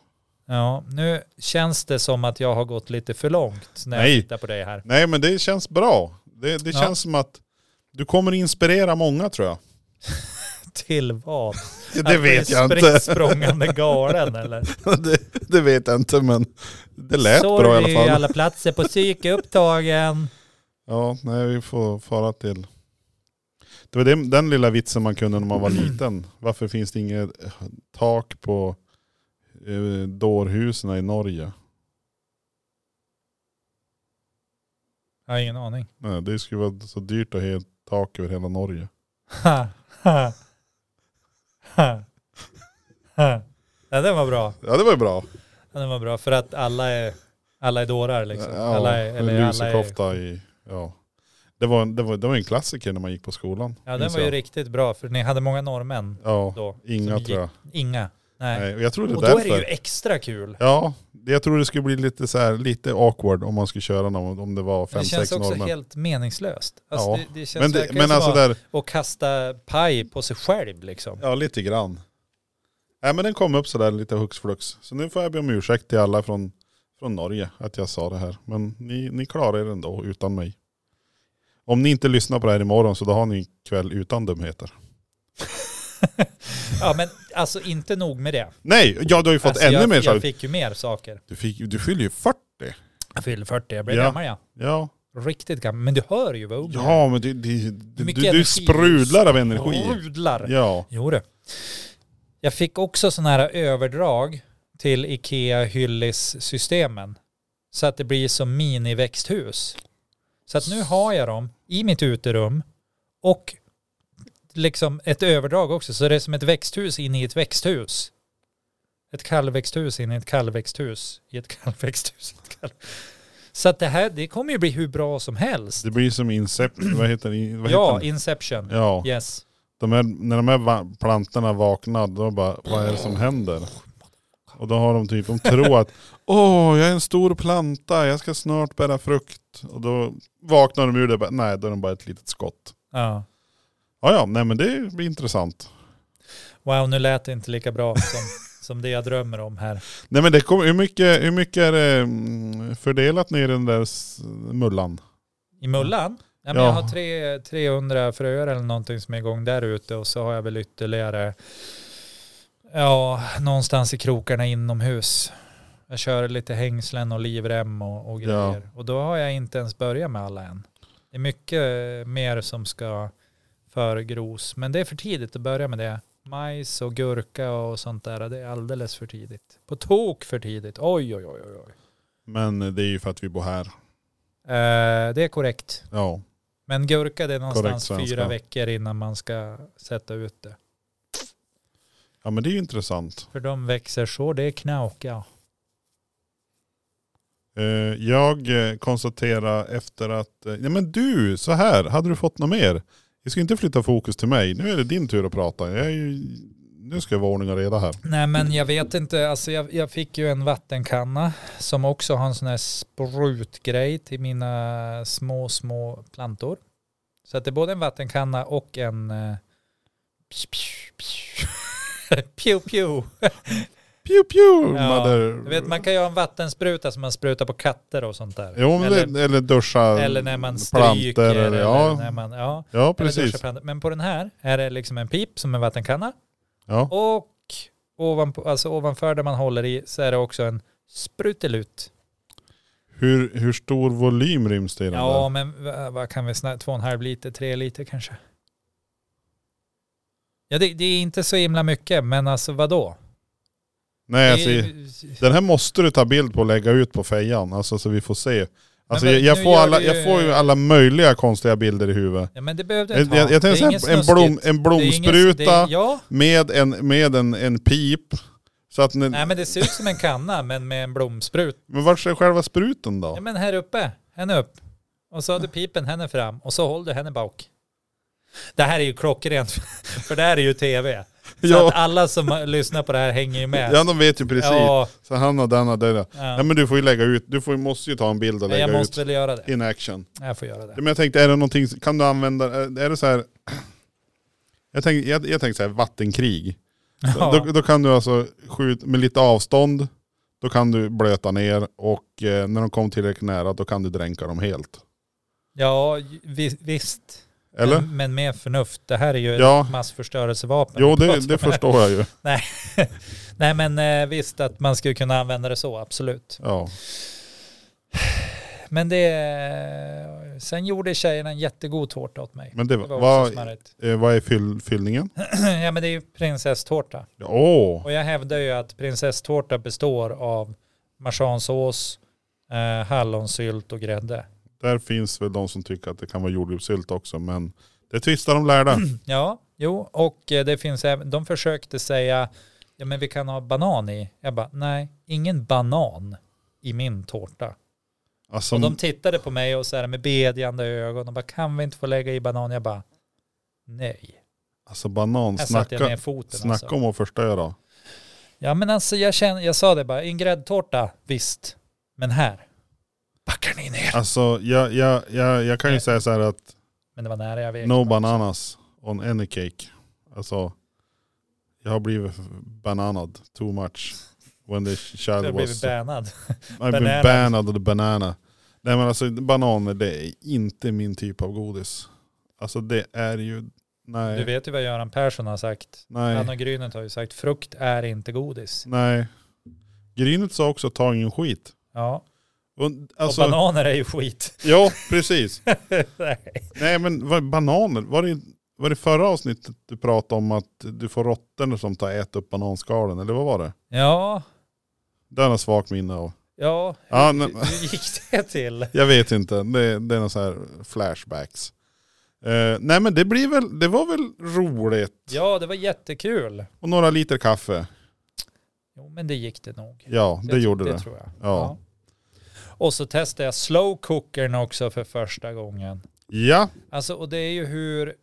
Ja, nu känns det som att jag har gått lite för långt när
Nej.
jag tittar på dig här.
Nej men det känns bra. Det, det
Ja.
känns som att du kommer inspirera många tror jag.
Till vad?
Det vet jag inte.
Spritt språngande galen eller?
(laughs) det, det vet jag inte men det lät
Sorry,
bra i alla fall.
alla platser på psyke upptagen.
Ja, nej vi får fara till. Det var den, den lilla vitsen man kunde när man var liten. Varför finns det inget eh, tak på eh, dårhusen i Norge?
Jag har ingen aning.
Nej, det skulle vara så dyrt att ha ett tak över hela Norge.
Ha, ha, ha, ha. Ja, den var bra.
Ja det var ju bra.
Ja, Den var bra för att alla är, alla är dårar liksom.
Ja,
Alla är, eller alla är,
lusekofta i, ja. Det var, en- det, var, det var en klassiker när man gick på skolan.
ja, den
minns
var ju
jag.
riktigt bra för ni hade många norrmän
Ja,
då.
inga
som gick-
tror jag.
Inga. Nej.
Nej, och jag tror det
Och
är
då är det
därför.
ju extra kul.
Ja, det- jag tror det skulle bli lite, så här, lite awkward om man skulle köra någon, om det var
Men
fem,
det känns
sex
också
norrmän.
helt meningslöst. Alltså
Ja,
det, det känns
Men, det,
verkligen
men
som
alltså
att,
där,
att kasta paj på sig själv liksom.
ja lite grann. Nej men den kom upp sådär lite hux flux. Så nu får jag be om ursäkt till alla från, från Norge att jag sa det här. Men ni, ni klarar er ändå utan mig. Om ni inte lyssnar på det här imorgon så då har ni en kväll utan dumheter.
Ja men alltså inte nog med det.
Nej, ja du har ju fått
alltså,
ännu
jag,
mer
jag
saker.
fick ju mer saker.
Du, fick, du fyller ju 40.
Jag fyllde 40, jag blev
Ja.
gammal ja.
Ja,
Riktigt gammal. Men du hör ju vad ung han är.
Ja, men du, du, du,
Mycket
du, du
energi.
sprudlar av energi.
Sprudlar.
Ja.
Jo du. Jag fick också sådana här överdrag till Ikea Hyllis-systemen. Så att det blir som miniväxthus. Så att nu har jag dem i mitt uterum och liksom ett överdrag också. Så det är som ett växthus in i ett växthus. Ett kallväxthus in i ett kallväxthus i ett kallväxthus. i Ett kall... Så att det här, det kommer ju bli hur bra som helst.
Det blir som Inception, vad heter det? Vad
Ja,
heter
Inception.
det? ja.
Yes.
De här, när de här va- plantorna vaknar, då bara, vad är det som händer? Och då har de typ, de tror att, (laughs) åh jag är en stor planta, jag ska snart bära frukt. Och då vaknar de ur det, och bara, nej då är de bara ett litet skott.
Ja.
Ja ja, nej men det blir intressant.
Wow, nu lät det inte lika bra som, som det jag drömmer om här.
Nej men det kommer, hur mycket, hur mycket är det mm, fördelat ner i den där s- mullan?
I mullan? Ja, men
Ja.
Jag har tre, 300 fröer eller någonting som är igång där ute och så har jag väl ytterligare ja, någonstans i krokarna inomhus. Jag kör lite hängslen och livrem och, och grejer. Och då har jag inte ens börjat med alla än. Det är mycket mer som ska förgros. Men det är för tidigt att börja med det. Majs och gurka och sånt där, det är alldeles för tidigt. På tok för tidigt. Oj, oj, oj, oj. oj.
Men det är ju för att vi bor här.
Eh, det är korrekt.
Ja.
Men gurka det är någonstans
Korrekt svenska.
fyra veckor innan man ska sätta ut det.
ja men det är ju intressant.
För de växer så det är knauka.
Eh, Jag eh, konstaterar efter att, eh, nej men du, så här, hade du fått något mer? Vi ska inte flytta fokus till mig, nu är det din tur att prata. Jag är ju, nu ska jag vara ordning och reda här.
Nej men jag vet inte, alltså jag, jag fick ju en vattenkanna som också har en sån här sprutgrej till mina små, små plantor. Så att det är både en vattenkanna och en... eh, psh, psh, psh. (laughs) Pew pew.
Pew pew
Ja,
mother.
Du vet, man kan ju ha en vattenspruta som man sprutar på katter och sånt där.
Jo, eller,
eller,
eller, duscha
eller när man stryker.
plantor
eller
ja,
när man, ja.
ja,
Eller
precis.
duschapparat. Men på den här är det liksom en pip som en vattenkanna.
Ja.
Och ovanpå, alltså ovanför där man håller i så är det också en sprutelut.
Hur, hur stor volym ryms det i den
Ja, men v- vad kan vi snacka? Två och en halv liter, tre liter kanske. Ja, det, det är inte så himla mycket, men alltså vadå?
där? Nej,
Det
alltså,
är-
den här måste du ta bild på och lägga ut på fejan, alltså, så vi får se. Alltså,
Men
jag, jag,
nu
får
gör
alla,
du
jag
ju-
får ju alla möjliga konstiga bilder i huvudet.
Ja, men det behövde jag
Jag,
inte
Eh, jag, jag
Det är
tänker
inget
så här, en,
snuskigt.
blom, en
Det är inget-
blomspruta
det är- Ja,
med, en, med en, en pip. Så att ni,
nej men det ser ut som en kanna, men med en blomsprut.
men vart är själva spruten då?
Ja, men här uppe, henne upp. Och så har du pipen henne fram och så håller du henne bak. Det här är ju klockrent, (laughs) för det här är ju tv. Så
Ja.
att alla som har- lyssnar på det här hänger ju med.
Ja de vet ju precis.
Ja,
Så han och den och den.
ja.
Ja men du får ju lägga ut, du får, måste ju ta en bild och
Men jag
lägga ut.
måste väl göra det.
In action.
Jag får göra
Ja,
det.
Men jag tänkte, är det någonting, kan du använda, eh, är är det så här, jag tänkte, jag, jag tänkte så här vattenkrig.
Ja.
Då, då kan du alltså skjuta med lite avstånd, då kan du blöta ner och eh, när de kommer tillräckligt nära då kan du dränka dem helt.
ja, vi- visst.
Eller?
Men, men med förnuft. Det här är ju
Ja.
ett massförstörelsevapen.
Jo det,
Pratar
det
om här.
förstår jag ju.
Nej men eh, visst att man skulle kunna använda det så, absolut.
Ja.
Men det... Sen gjorde tjejerna en jättegod tårta åt mig.
Men det,
Det
var,
var
vad,
också smarrigt.
eh, vad är fyll, fyllningen?
Ja men det är ju prinsesstårta.
Åh,
Och jag hävdar ju att prinsesstårta består av marsansås, eh, hallonsylt och grädde.
där finns väl de som tycker att det kan vara jordgubbssylt också, men det tvistar de lärda.
Mm. Ja, jo, och eh, det finns även, de försökte säga, ja men vi kan ha banan i. Jag bara, nej, ingen banan i min tårta.
Alltså,
Och de tittade på mig och så här med bedjande ögon och bara, kan vi inte få lägga i banan? Jag bara, nej.
alltså banan,
Här satte jag
snacka,
ner foten
snacka
alltså.
om att förstöra.
Ja men alltså jag känner, jag sa det bara, i en gräddtårta, visst. Men här, backar ni ner.
Alltså jag, jag, jag, jag kan ju
Nej.
säga så här att
Men det var nära jag vek.
no bananas on any cake. Alltså jag har blivit bananad too much. When the
Jag har
child
blivit
was...
bannad.
I've been
bananad.
banned of the banana. Nej men alltså bananer det är inte min typ av godis. Alltså det är ju, nej.
Du vet ju vad Göran Persson har sagt.
Nej.
Han och Grynet har ju sagt frukt är inte godis.
Nej. Grynet sa också ta ingen skit.
Ja,
Och,
Och
alltså,
bananer är ju skit. (laughs)
ja, precis.
Nej.
Nej men vad- bananer, var det, var det förra avsnittet du pratade om att du får råttorna som tar ät upp bananskalen? Eller vad var det?
ja,
Det har jag svagt minne av.
ja.
Ja,
hur,
nej.
hur gick det till?
Jag vet inte, det, det är någon så här flashbacks. Eh, nej men det, blir väl, det var väl roligt.
Ja, det var jättekul.
Och några liter kaffe.
Jo, men det gick det nog.
Ja, det
Jag-
gjorde
det
det.
tror jag.
Ja.
Och så testade jag slowcookern också för första gången.
Ja,
Alltså, och det är ju hur,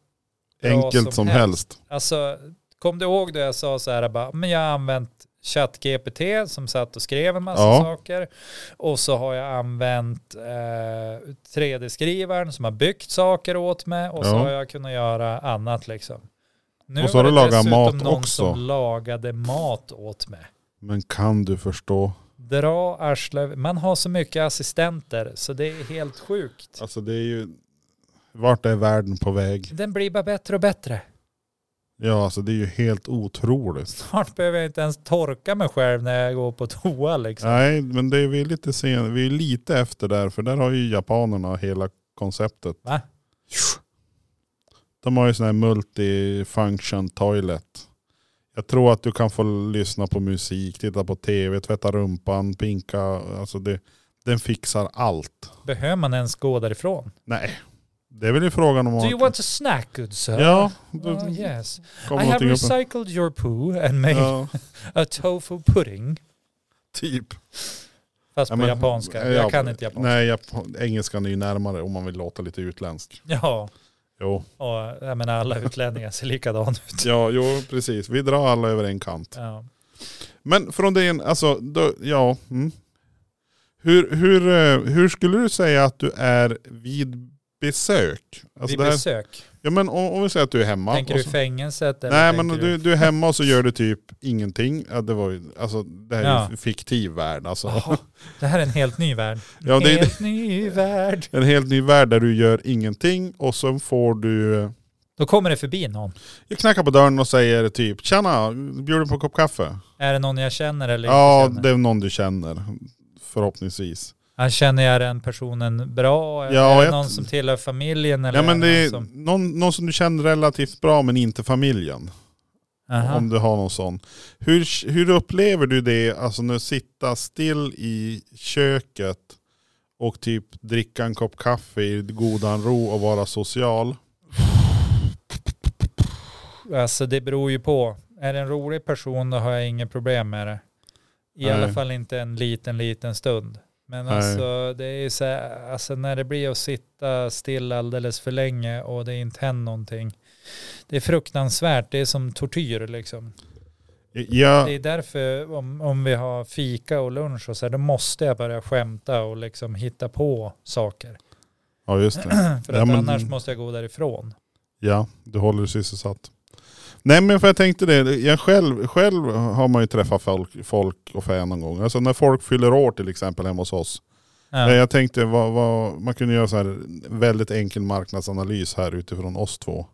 Bra
enkelt
som
som helst.
alltså, kom du ihåg då jag sa så här, bara, men jag har använt ChatGPT som satt och skrev en massa
Ja.
saker. Och så har jag använt eh, 3D-skrivaren som har byggt saker åt mig. Och så
Ja.
har jag kunnat göra annat liksom. Nu
Och så
var det
har du lagat
dessutom
mat
någon
också.
som lagade mat åt mig.
Men kan du förstå?
Dra arsle. Man har så mycket assistenter så det är helt sjukt.
Alltså det är ju, vart är världen på väg?
Den blir bara bättre och bättre. (laughs)
Ja alltså det är ju helt otroligt.
Snart behöver jag inte ens torka mig själv när jag går på toa liksom.
Nej men det är vi lite sen, vi är lite efter där för där har ju japanerna hela konceptet.
Va?
De har ju sån här multifunction toilet. Jag tror att du kan få lyssna på musik, titta på tv, tvätta rumpan, pinka. Alltså det, den fixar allt.
Behöver man ens gå därifrån?
Nej, det är väl ju frågan om...
Do
man-
you want a snack good sir?
Ja, då
Oh, yes.
kommer
I have
någonting upp.
recycled your poo and made (laughs)
Ja,
a tofu pudding.
typ.
Fast på
Ja, men-
japanska.
ja,
jag kan inte japanska.
Nej, jap- engelskan är ju närmare om man vill låta lite utländsk.
Ja,
Jo,
och jag menar alla utlänningar ser likadana ut.
ja, jo precis. Vi drar alla över en kant.
Ja.
Men från din, alltså, då, ja. Mm. Hur, hur, eh, hur skulle du säga att du är vid besök? Alltså
Vid
det här,
besök.
ja men om, om vi säger att du är hemma.
Tänker
och
du
så,
fängelset? eller
Nej
tänker
men du, du är hemma och så gör du typ ingenting. Ja, det, var ju, alltså, det här är ju en fiktiv värld alltså.
Jaha, det här är en helt ny värld. En
Ja, det är-
helt ny värld.
(laughs) En helt ny värld där du gör ingenting och sen får du eh,
Då kommer det förbi någon.
jag knackar på dörren och säger typ tjena, bjuder du på en kopp kaffe?
Är det någon jag känner eller
Ja,
inte känner?
det är någon du känner förhoppningsvis.
Ja, Känner jag den personen bra?
Ja,
är det
jag-
någon som tillhör familjen? Eller
Ja men det
är det
är
någon som...
någon, någon som du känner relativt bra men inte familjen.
Aha.
Om du har någon sån. Hur, hur upplever du det, alltså när du sitter still i köket och typ dricka en kopp kaffe i godan ro och vara social?
Alltså det beror ju på. Är det en rolig person då har jag inga problem med det. I
Nej.
alla fall inte en liten, liten stund. Men
Nej.
alltså det är ju så här, alltså när det blir att sitta still alldeles för länge och det inte händer någonting. Det är fruktansvärt, det är som tortyr liksom. Det
Jag,
är därför om, om vi har fika och lunch och så här, då måste jag börja skämta och liksom hitta på saker.
ja just det.
För
Ja,
att
men-
annars måste jag gå därifrån.
Ja, du håller dig sysselsatt. Nej men för jag tänkte det, jag själv, själv har man ju träffat folk, folk och fan någon gång. Alltså när folk fyller år till exempel hemma hos oss.
Ja.
Nej, Jag tänkte vad, vad, man kunde göra så här väldigt enkel marknadsanalys här utifrån oss två.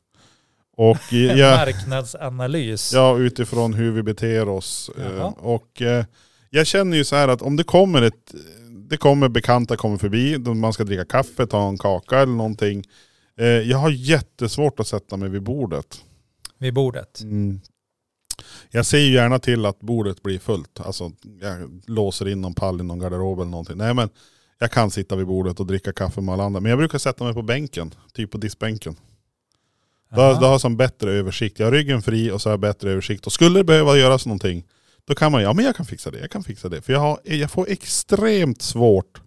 Och
(laughs)
i- ja,
Marknadsanalys.
ja, utifrån hur vi beter oss. Eh,
Jaha.
Och eh, jag känner ju så här att om det kommer ett, det kommer bekanta kommer förbi, de- man ska dricka kaffe, ta en kaka eller någonting. Eh, Jag har jättesvårt att sätta mig vid bordet.
Vid bordet.
Mm. Jag ser ju gärna till att bordet blir fullt. Alltså jag låser in någon pall i någon garderob eller någonting. Nej men jag kan sitta vid bordet och dricka kaffe med alla andra. Men jag brukar sätta mig på bänken, typ på diskbänken. Då,
Aha.
då har jag som bättre översikt. Jag har ryggen fri och så har jag bättre översikt. Och skulle det behöva göras någonting, då kan man ja men jag kan fixa det, jag kan fixa det. För jag, har, jag får extremt svårt,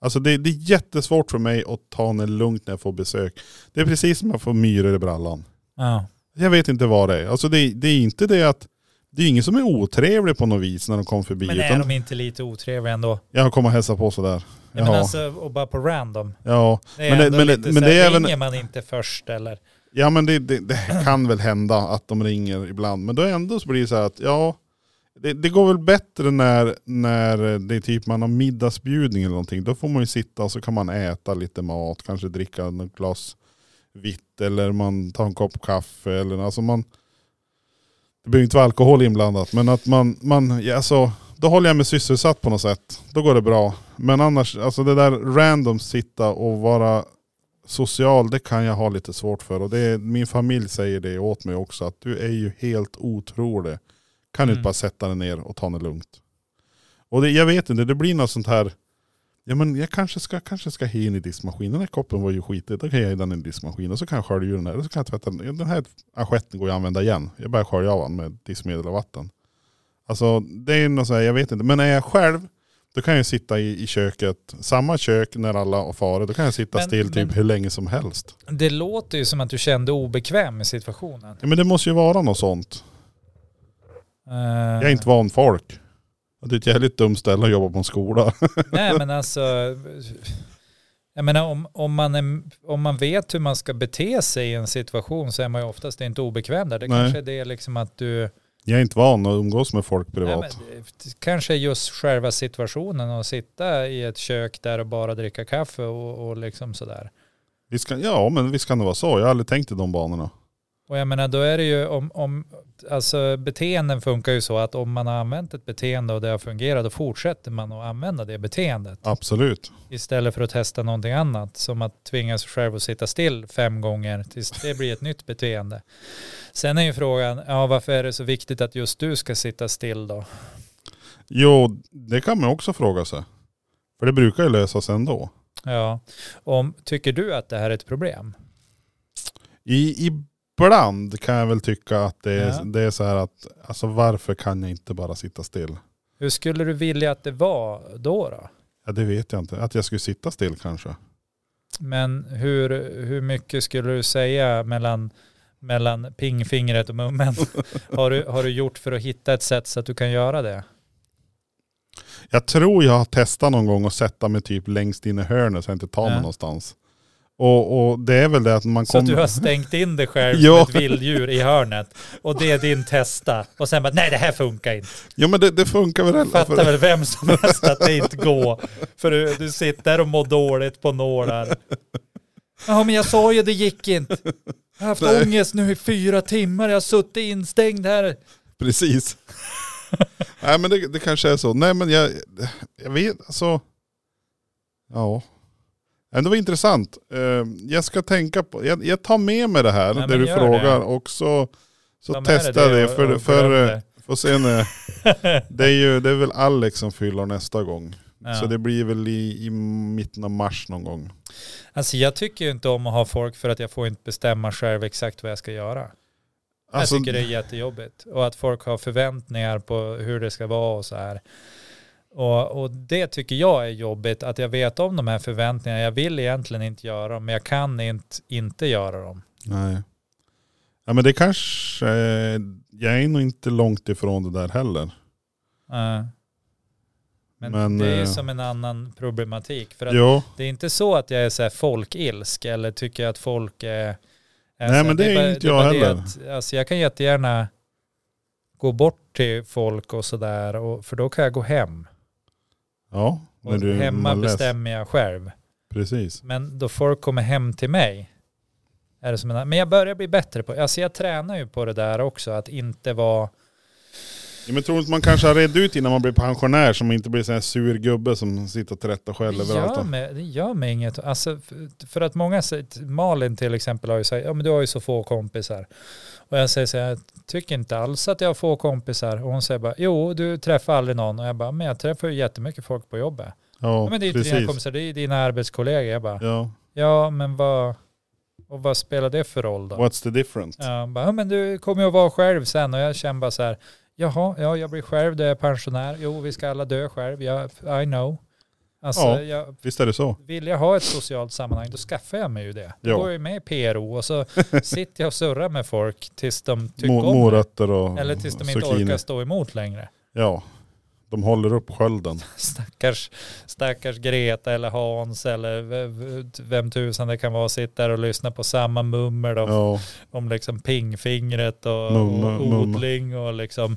alltså det, det är jättesvårt för mig att ta det lugnt när jag får besök. Det är precis som att få myror i brallan.
Ja.
Jag vet inte vad det är. Alltså det, det är inte det att, det är ingen som är otrevlig på något vis när de kommer förbi.
Men är
utan
de inte lite otrevliga ändå?
Jag kommer hälsa på sådär.
Ja, men
Ja.
alltså, och bara på random.
Ja,
Det är
Men
men
det-
ändå
men det-
lite
men
så här,
det är även-
ringer man inte först eller?
ja men det, det, det (clears throat) kan väl hända att de ringer ibland. Men då ändå så blir det så här att ja, det, det går väl bättre när, när det är typ man har middagsbjudning eller någonting. Då får man ju sitta och så kan man äta lite mat, kanske dricka något glas vitt eller man tar en kopp kaffe eller alltså man, det behöver inte vara alkohol inblandat men att man, man ja, alltså, då håller jag mig sysselsatt på något sätt. Då går det bra. Men annars, alltså det där random sitta och vara social, det kan jag ha lite svårt för. Och det är, min familj säger det åt mig också, att du är ju helt otrolig. Kan du inte
Mm.
bara sätta dig ner och ta det lugnt? Och det, jag vet inte, det blir något sånt här, ja men jag kanske ska, kanske ska he in i diskmaskinen, den här koppen var ju skitig, då kan jag ge den i diskmaskinen och så kan jag skölja ur den här, och så kan jag tvätta den, Ja, den här assietten går jag att använda igen. Jag börjar skölja av den med diskmedel och vatten. Alltså det är något så här, jag vet inte, men är jag själv då kan jag sitta i, i köket, samma kök när alla har farit, då kan jag sitta
Men-
still typ
men-
hur länge som helst.
Det låter ju som att du kände obekväm i situationen.
Ja, men det måste ju vara något sånt. Jag är
Eh,
inte van folk. Det är ett jävligt dumt ställe att jobba på en skola. (laughs)
Nej men alltså, jag menar om, om, man är, om man vet hur man ska bete sig i en situation så är man ju oftast inte obekväm där. Det
Nej.
kanske är det liksom att du,
Jag är inte van att umgås med folk
nej,
privat.
men, det kanske är just själva situationen att sitta i ett kök där och bara dricka kaffe och, och liksom sådär.
Vi ska, ja men visst kan det vara så, jag har aldrig tänkt i de banorna.
Och jag menar då är det ju om, om alltså beteenden funkar ju så att om man har använt ett beteende och det har fungerat då fortsätter man att använda det beteendet.
Absolut.
Istället för att testa någonting annat. Som att tvinga sig själv att sitta still fem gånger tills det blir ett nytt beteende. Sen är ju frågan, ja, varför är det så viktigt att just du ska sitta still då?
Jo, det kan man också fråga sig. För det brukar ju lösas ändå.
Ja. Om, tycker du att det här är ett problem?
I, ibland kan jag väl tycka att det är,
Ja.
det är så här att, alltså varför kan jag inte bara sitta still?
Hur skulle du vilja att det var då? då?
Ja det vet jag inte. Att jag skulle sitta still kanske.
Men hur, hur mycket skulle du säga mellan, mellan pingfingret och
(laughs)
mummen har, du, har du gjort för att hitta ett sätt så att du kan göra det?
Jag tror jag har testat någon gång att sätta mig typ längst in i hörnet så jag inte tar mig
Ja.
någonstans. Och, och det är väl det att man
Så att
kommer...
du har stängt in dig
(laughs)
själv
Ja.
som ett vilddjur i hörnet. Och det är din testa. Och sen bara, nej det här funkar inte.
Jo men det, det funkar väl heller.
Fattar
För,
väl vem som helst att det inte går. För du, du sitter och mår dåligt på nålar. Ja men jag sa ju det gick inte. Jag har haft
Nej.
ångest nu i fyra timmar. Jag har suttit instängd här. (laughs)
precis. Nej men det, det kanske är så. Nej men jag, jag vet alltså. Ja. Men det var intressant. Eh, Jag ska tänka på, jag, jag tar med mig det här
Nej,
det
men
du
gör
frågar och så, så testar jag det.
och-
För,
och
för,
glöm
eh,
det.
får se när,
(laughs)
det, är ju, det är väl Alex som fyller nästa gång.
Ja.
Så det blir väl i, i mitten av mars någon gång.
Alltså jag tycker ju inte om att ha folk för att jag får inte bestämma själv exakt vad jag ska göra.
Alltså,
jag tycker det är jättejobbigt. Och att folk har förväntningar på hur det ska vara och så här. Och, och det tycker jag är jobbigt, att jag vet om de här förväntningarna. Jag vill egentligen inte göra dem, men jag kan inte inte göra dem.
Nej. Ja men det kanske, eh, jag är nog inte långt ifrån det där heller.
Eh, Men,
Men,
det är ju
eh,
som en annan problematik. För att
Jo,
det är inte så att jag är så här folkilsk eller tycker att folk är... är så
Nej
här.
men det är
bara-
inte
det
jag
bara det
heller.
Att, alltså jag kan jättegärna gå bort till folk och sådär, och- för då kan jag gå hem.
ja,
Och
när du,
hemma
man läser.
bestämmer jag själv.
Precis.
Men då folk kommer hem till mig, är det som en, men jag börjar bli bättre på Alltså jag tränar ju på det där också, att inte vara...
Ja, men tror du inte man kanske har redd ut innan man blir pensionär så man inte blir sån här sur gubbe som sitter och trättar
Det
själv överallt.
gör, mig, det gör mig inget. Alltså, för, för att många säger, Malin till exempel har ju sagt, ja men du har ju så få kompisar. Och jag säger så här, jag tycker inte alls att jag har få kompisar. Och hon säger bara, jo du träffar aldrig någon. Och jag bara, men jag träffar ju jättemycket folk på jobbet.
Ja,
Ja, men det är ju inte dina
precis.
kompisar, det är ju dina arbetskollegor. Jag bara,
Ja,
ja men vad, och vad spelar det för roll då?
what's the difference?
Ja, han bara, ja, men du kommer ju att vara själv sen och jag känner bara så här, jaha, ja, jag blir själv, det är pensionär, jo, vi ska alla dö själv, ja, I know. Alltså,
Ja.
jag,
Visst är det så?
vill jag ha ett socialt sammanhang, då skaffar jag mig ju det. Då
Ja.
går jag ju med i PRO och
(laughs)
så sitter jag och surrar med folk tills de tycker
Mo-
om det.
morötter och
Eller tills de inte
zucchini.
orkar stå emot längre. (laughs)
Ja, de håller upp skölden.
Stackars, stackars Greta eller Hans eller v- v- vem tusan det kan vara, sitter och lyssnar på samma mummer de
Ja,
om liksom pingfingret och,
Mumma,
och
mumma.
odling och liksom.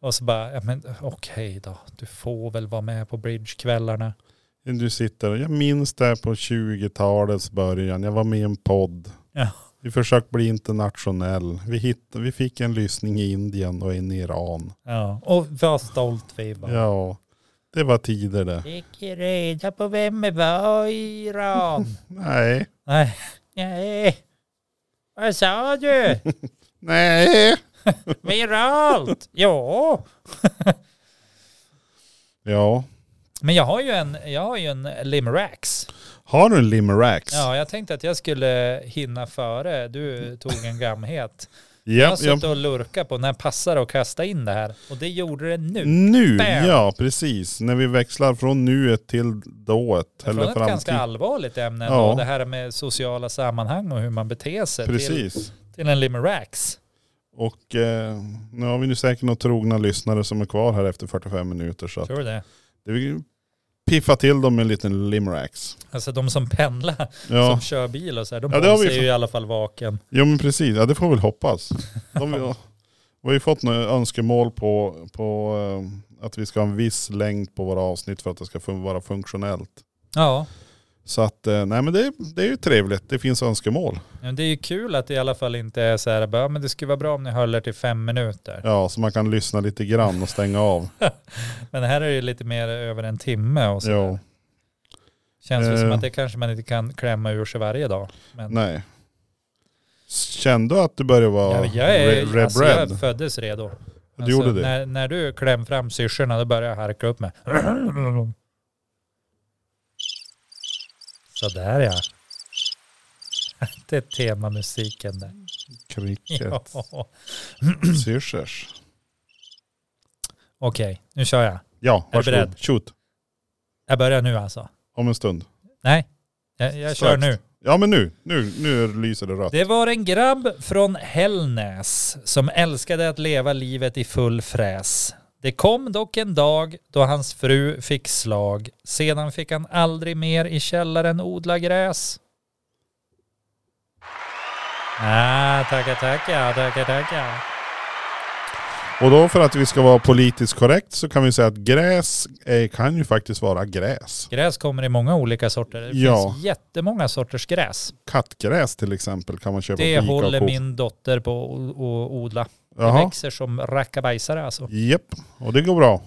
Och så bara, ja men okej då, du får väl vara med på bridgekvällarna.
du sitter, jag minns det här på 20-talets början, jag var med i en podd.
Ja.
Vi försökte bli internationell. Vi, hittade, vi fick en lyssning i Indien och en i Iran.
Ja. Och vad stolt vi var.
Ja, det var tider det.
Fick reda på vem det var i (laughs) Iran.
Nej.
Nej. Nej. Vad sa du?
Nej.
Viralt? Ja.
Ja.
Men jag har ju en, jag har ju en Limeracks.
Har du en Limeracks?
Ja, jag tänkte att jag skulle hinna före du tog en gamhet. Jag har
(laughs) ja,
suttit
ja.
och lurkat på när passar det att kasta in det här. Och det gjorde det nu.
Nu,
Bam.
ja precis. När vi växlar från nuet till dået.
Från
Eller
ett ganska
framtid.
allvarligt ämne
Ja.
och det här med sociala sammanhang och hur man beter sig till,
Precis.
till en Limeracks.
Och eh, nu har vi nu säkert några trogna lyssnare som är kvar här efter 45 minuter. Så att
Tror du det?
det vill ju piffa till dem med en liten Limeracks.
Alltså de som pendlar,
Ja,
som kör bil och så här, de
Ja, det
håller
har vi
sig
ju-
ju i alla fall vaken.
ja men precis. Ja, det får vi väl hoppas. De, vi har ju fått några önskemål på, på eh, att vi ska ha en viss längd på våra avsnitt för att det ska fun- vara funktionellt.
Ja,
Så att, eh, nej men det, det är ju trevligt. Det finns önskemål.
men det är ju kul att det i alla fall inte är så här, bara, "Ja, men det skulle vara bra om ni höll er till fem minuter.
Ja, så man kan lyssna lite grann och
(laughs)
stänga av.
Men här är det ju lite mer över en timme och så.
Ja,
Känns det som
Eh.
att det kanske man inte kan klämma ur sig varje dag. Men
nej. Kände du att du började vara
jag, jag, är,
re-
alltså,
rebredd?
jag föddes redo. Alltså,
Du gjorde det?
När, när du kläm fram syrsorna då började jag harka upp mig. Sådär ja. (laughs) Det är temamusiken där. Ja.
Cricket. Syrsers.
(laughs) Okej, nu kör jag.
Ja,
du
varsågod.
beredd?
Shoot.
Jag börjar nu alltså.
Om en stund.
Nej, jag, jag kör
Strax.
nu.
Ja men nu, nu, nu lyser det rött.
Det var en grabb från Hällnäs som älskade att leva livet i full fräs. Det kom dock en dag då hans fru fick slag. Sedan fick han aldrig mer i källaren odla gräs. Ah, tacka, tacka, tacka, tacka.
Och då för att vi ska vara politiskt korrekt så kan vi säga att gräs eh, kan ju faktiskt vara gräs.
Gräs kommer i många olika sorter. Det
Ja.
finns jättemånga sorters gräs.
Kattgräs till exempel kan man köpa
Det
på Ica
håller
och Coop.
min dotter på att att odla. Det
Jaha.
växer som rackabajsare alltså.
Japp, och det går bra.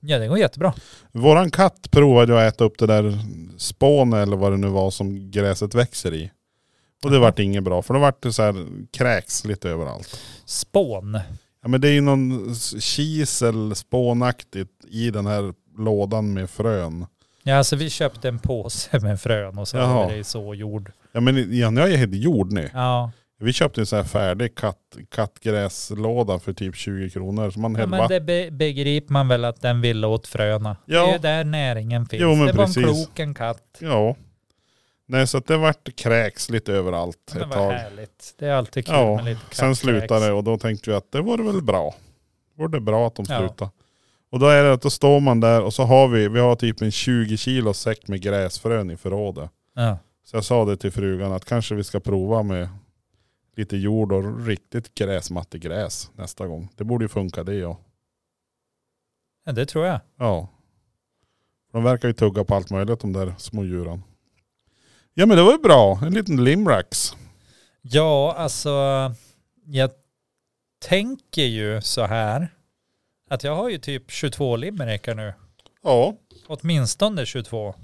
Ja, det går jättebra.
Våran katt provade ju att äta upp det där spån eller vad det nu var som gräset växer i. Och det vart inget bra för då vart det så här kräks lite överallt.
Spån.
Ja men det är ju någon s- kisel spånaktigt i den här lådan med frön.
Ja, alltså vi köpte en påse med frön och så
Jaha.
hade vi det i såjord.
Ja men Janne jag är jord nu.
Ja,
Vi köpte en sån här färdig katt, kattgräslåda för typ 20 kronor. Så man
ja
hällde
men det be begriper man väl att den ville åt fröna. Det är
Ja.
ju där näringen finns.
Jo, men
det var en
precis.
klok en katt.
Ja. Nej så att det vart kräks lite överallt
Det
ett
var
tag.
härligt. Det är alltid kul
Ja,
med lite katt.
Sen slutade det och då tänkte vi att det vore väl bra. Vore det bra att de
Ja.
slutade. Och då är det att då står man där och så har vi, vi har typ en 20 kilo säck med gräsfrön i förrådet.
Ja.
Så jag sa det till frugan att kanske vi ska prova med lite jord och riktigt gräsmattegräs nästa gång. Det borde ju funka det ja.
ja, det tror jag.
Ja. De verkar ju tugga på allt möjligt de där små djuren. Ja men det var ju bra, en liten limrax.
Ja, alltså jag tänker ju så här att jag har ju typ 22 limerickar nu.
Ja,
Åtminstone 22.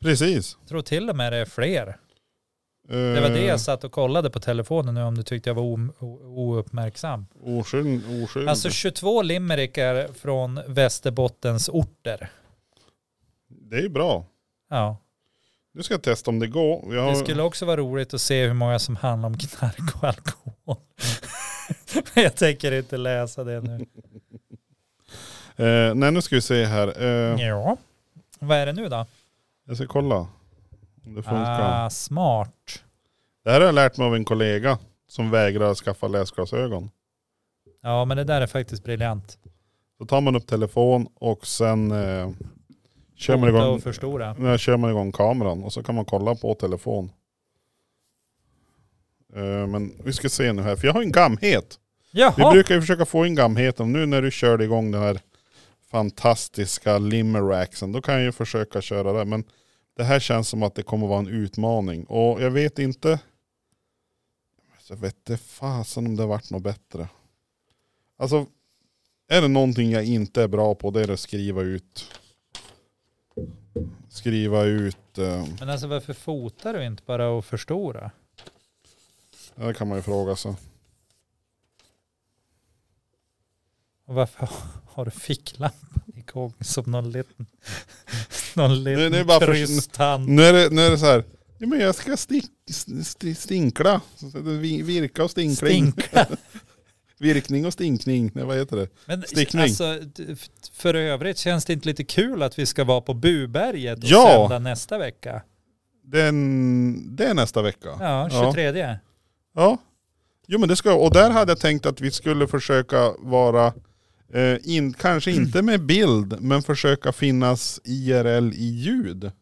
precis.
Jag tror till och med det är fler. Det var
Mm.
det jag satt och kollade på telefonen nu om du tyckte jag var o- o- ouppmärksam.
Mm. Oskyldig. Eh, Oskyld.
Alltså 22 limerickar från Västerbottens orter.
Det är ju bra.
Ja.
Nu ska jag testa om det går. Jag,
Det skulle också vara roligt att se hur många som handlar om knark och alkohol. (laughs) Men jag tänker inte läsa det nu.
eh, nej nu ska vi se här. Eh,
Ja. Vad är det nu då?
jag ska kolla om det funkar.
Ah, smart.
Det här har jag lärt mig av en kollega som vägrar skaffa läsglasögon.
Ja men det där är faktiskt briljant.
Då tar man upp telefon och sen eh, kör, man
Hota
igång,
och förstora.
när kör man igång kameran och så kan man kolla på telefon. Eh, men vi ska se nu här, för jag har en gamhet. Vi
Jaha,
brukar ju försöka få in gamheten. Nu när du körde igång den här fantastiska limeraxen, då kan jag ju försöka köra det. Men det här känns som att det kommer vara en utmaning. Och Alltså, jag vet inte. Så vette fasen om det varit något bättre. Alltså, är det någonting jag inte är bra på det är det att skriva ut. Skriva ut, eh,
Men alltså varför fotar du inte bara och förstora?
ja, det kan man ju fråga sig.
Och varför (laughs) har du ficklampan igång som någon liten, (laughs) någon
det är
liten
bara för-
krysstand?
Nu är det, nu är det så här, ja, men jag ska stink, st, stinkla. Så det vi- Virka och stinkling.
Stinka.
Virkning och stinkning, nej vad heter det?
Men
Stickning.
alltså, d- f- för övrigt känns det inte lite kul att vi ska vara på Buberget och
Ja.
sända nästa vecka?
Den, det är nästa vecka.
Ja,
Ja.
23. Ja.
Ja. Jo men det ska jag. Och där hade jag tänkt att vi skulle försöka vara, eh, in, kanske
(clears throat)
inte med bild, men försöka finnas IRL i ljud.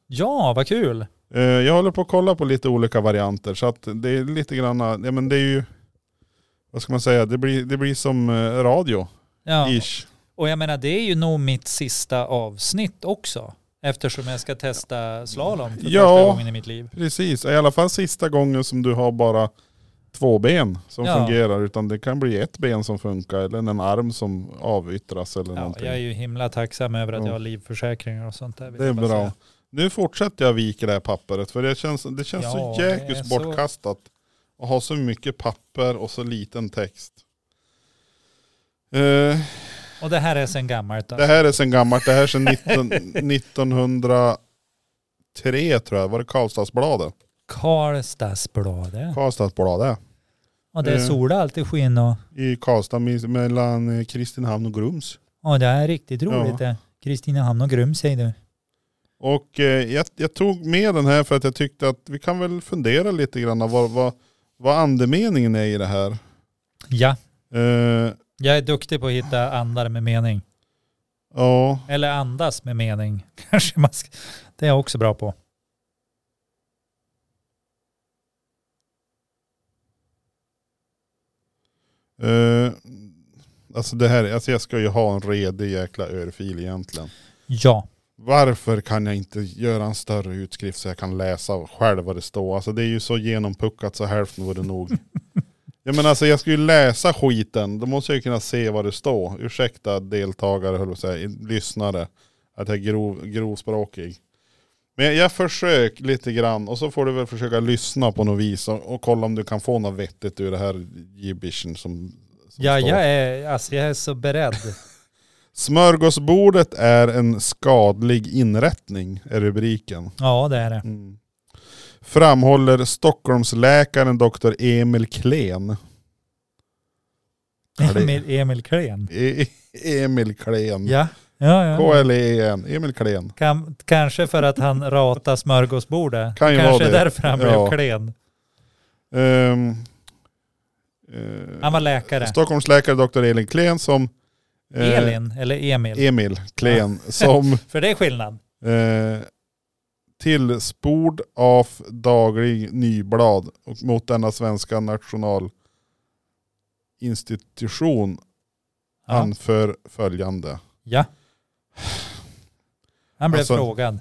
vad kul.
Eh, jag håller på att kolla på lite olika varianter så att det är lite granna, ja men det är ju, vad ska man säga, det blir, det blir som eh, radio.
Ja.
Ish.
Och jag menar det är ju nog mitt sista avsnitt också. Eftersom jag ska testa slalom för
Ja.
första gången i mitt liv.
Precis, i alla fall sista gången som du har bara två ben som
Ja.
fungerar utan det kan bli ett ben som funkar eller en arm som avyttras eller
Ja,
någonting.
jag är ju himla tacksam över att
Ja.
jag har livförsäkringar och sånt där. vill
Det är
jag bara
bra.
säga.
Nu fortsätter jag vika det här pappret för det känns, det känns
Ja,
så
det är
jäkligt
så-
bortkastat. Att ha så mycket papper och så liten text. Eh,
Och det här är sen gammalt då.
det här är sen gammalt, det här är sen
(laughs)
19, 1903 tror jag, var det Karlstadsbladet?
Karlstadsbladet.
Karlstadsbladet
Och det är
Eh.
sola alltid skin och,
i Karlstad mis- mellan eh, Kristinehamn och Grums.
och det är riktigt roligt det. Kristinehamn och Grums säger du.
Och eh, jag, jag tog med den här för att jag tyckte att vi kan väl fundera lite grann vad, vad, vad andemeningen är i det här.
Ja,
Eh,
jag är duktig på att hitta andar med mening.
ja,
Eller andas med mening. (laughs) Kanske man ska, Det är jag också bra på.
eh, alltså det här, alltså jag ska ju ha en redig jäkla örfil egentligen.
Ja,
Varför kan jag inte göra en större utskrift så jag kan läsa själv vad det står? Alltså det är ju så genompuckat så hälften
(laughs)
vore nog. Ja men alltså jag ska ju läsa skiten, då måste jag ju kunna se vad det står. Ursäkta deltagare, höll jag på att säga, lyssnare, att jag är grov, grovspråkig. Men jag, jag försök lite grann och så får du väl försöka lyssna på något vis och, och kolla om du kan få något vettigt ur det här gibbischen som, som
ja
står.
jag, är, alltså, jag är så beredd.
Smörgåsbordet är en skadlig inrättning, är rubriken.
(laughs) Ja, det är det.
Mm. Framhåller Stockholmsläkaren doktor Emil Klen. Ja, det-
Emil, Emil Klen.
E- Emil Klen.
Ja, ja, ja.
K-L-E-N. Emil Klen.
Kan, kanske för att han ratar smörgåsbordet.
Kan ju
kanske
vara det.
därför han blev
Ja.
klen.
Ehm,
Han
eh,
var läkare.
Stockholmsläkare doktor Elin Klen som... eh, E-
Elin eller Emil.
Emil Klen
(laughs)
som
För det är skillnad.
eh, tillspord av daglig nyblad och mot denna svenska nationalinstitution
Ja.
anför följande.
ja. Han blev
Alltså,
frågad.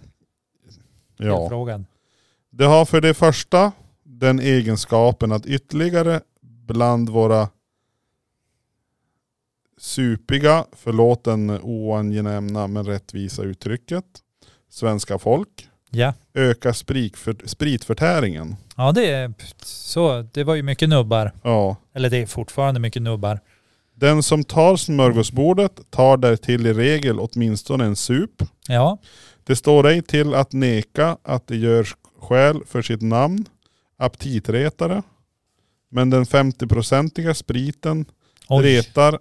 Ja.
Frågan.
Det har för det första den egenskapen att ytterligare bland våra supiga, förlåt den oangenämna men rättvisa uttrycket, svenska folk,
Ja.
öka sprikför, spritförtäringen.
Ja, det, är, så, det var ju mycket nubbar.
Ja.
Eller det är fortfarande mycket nubbar.
Den som tar smörgåsbordet tar därtill i regel åtminstone en sup.
Ja,
Det står ej till att neka att det görs skäl för sitt namn, aptitretare. Men den 50-procentiga spriten
oj.
retar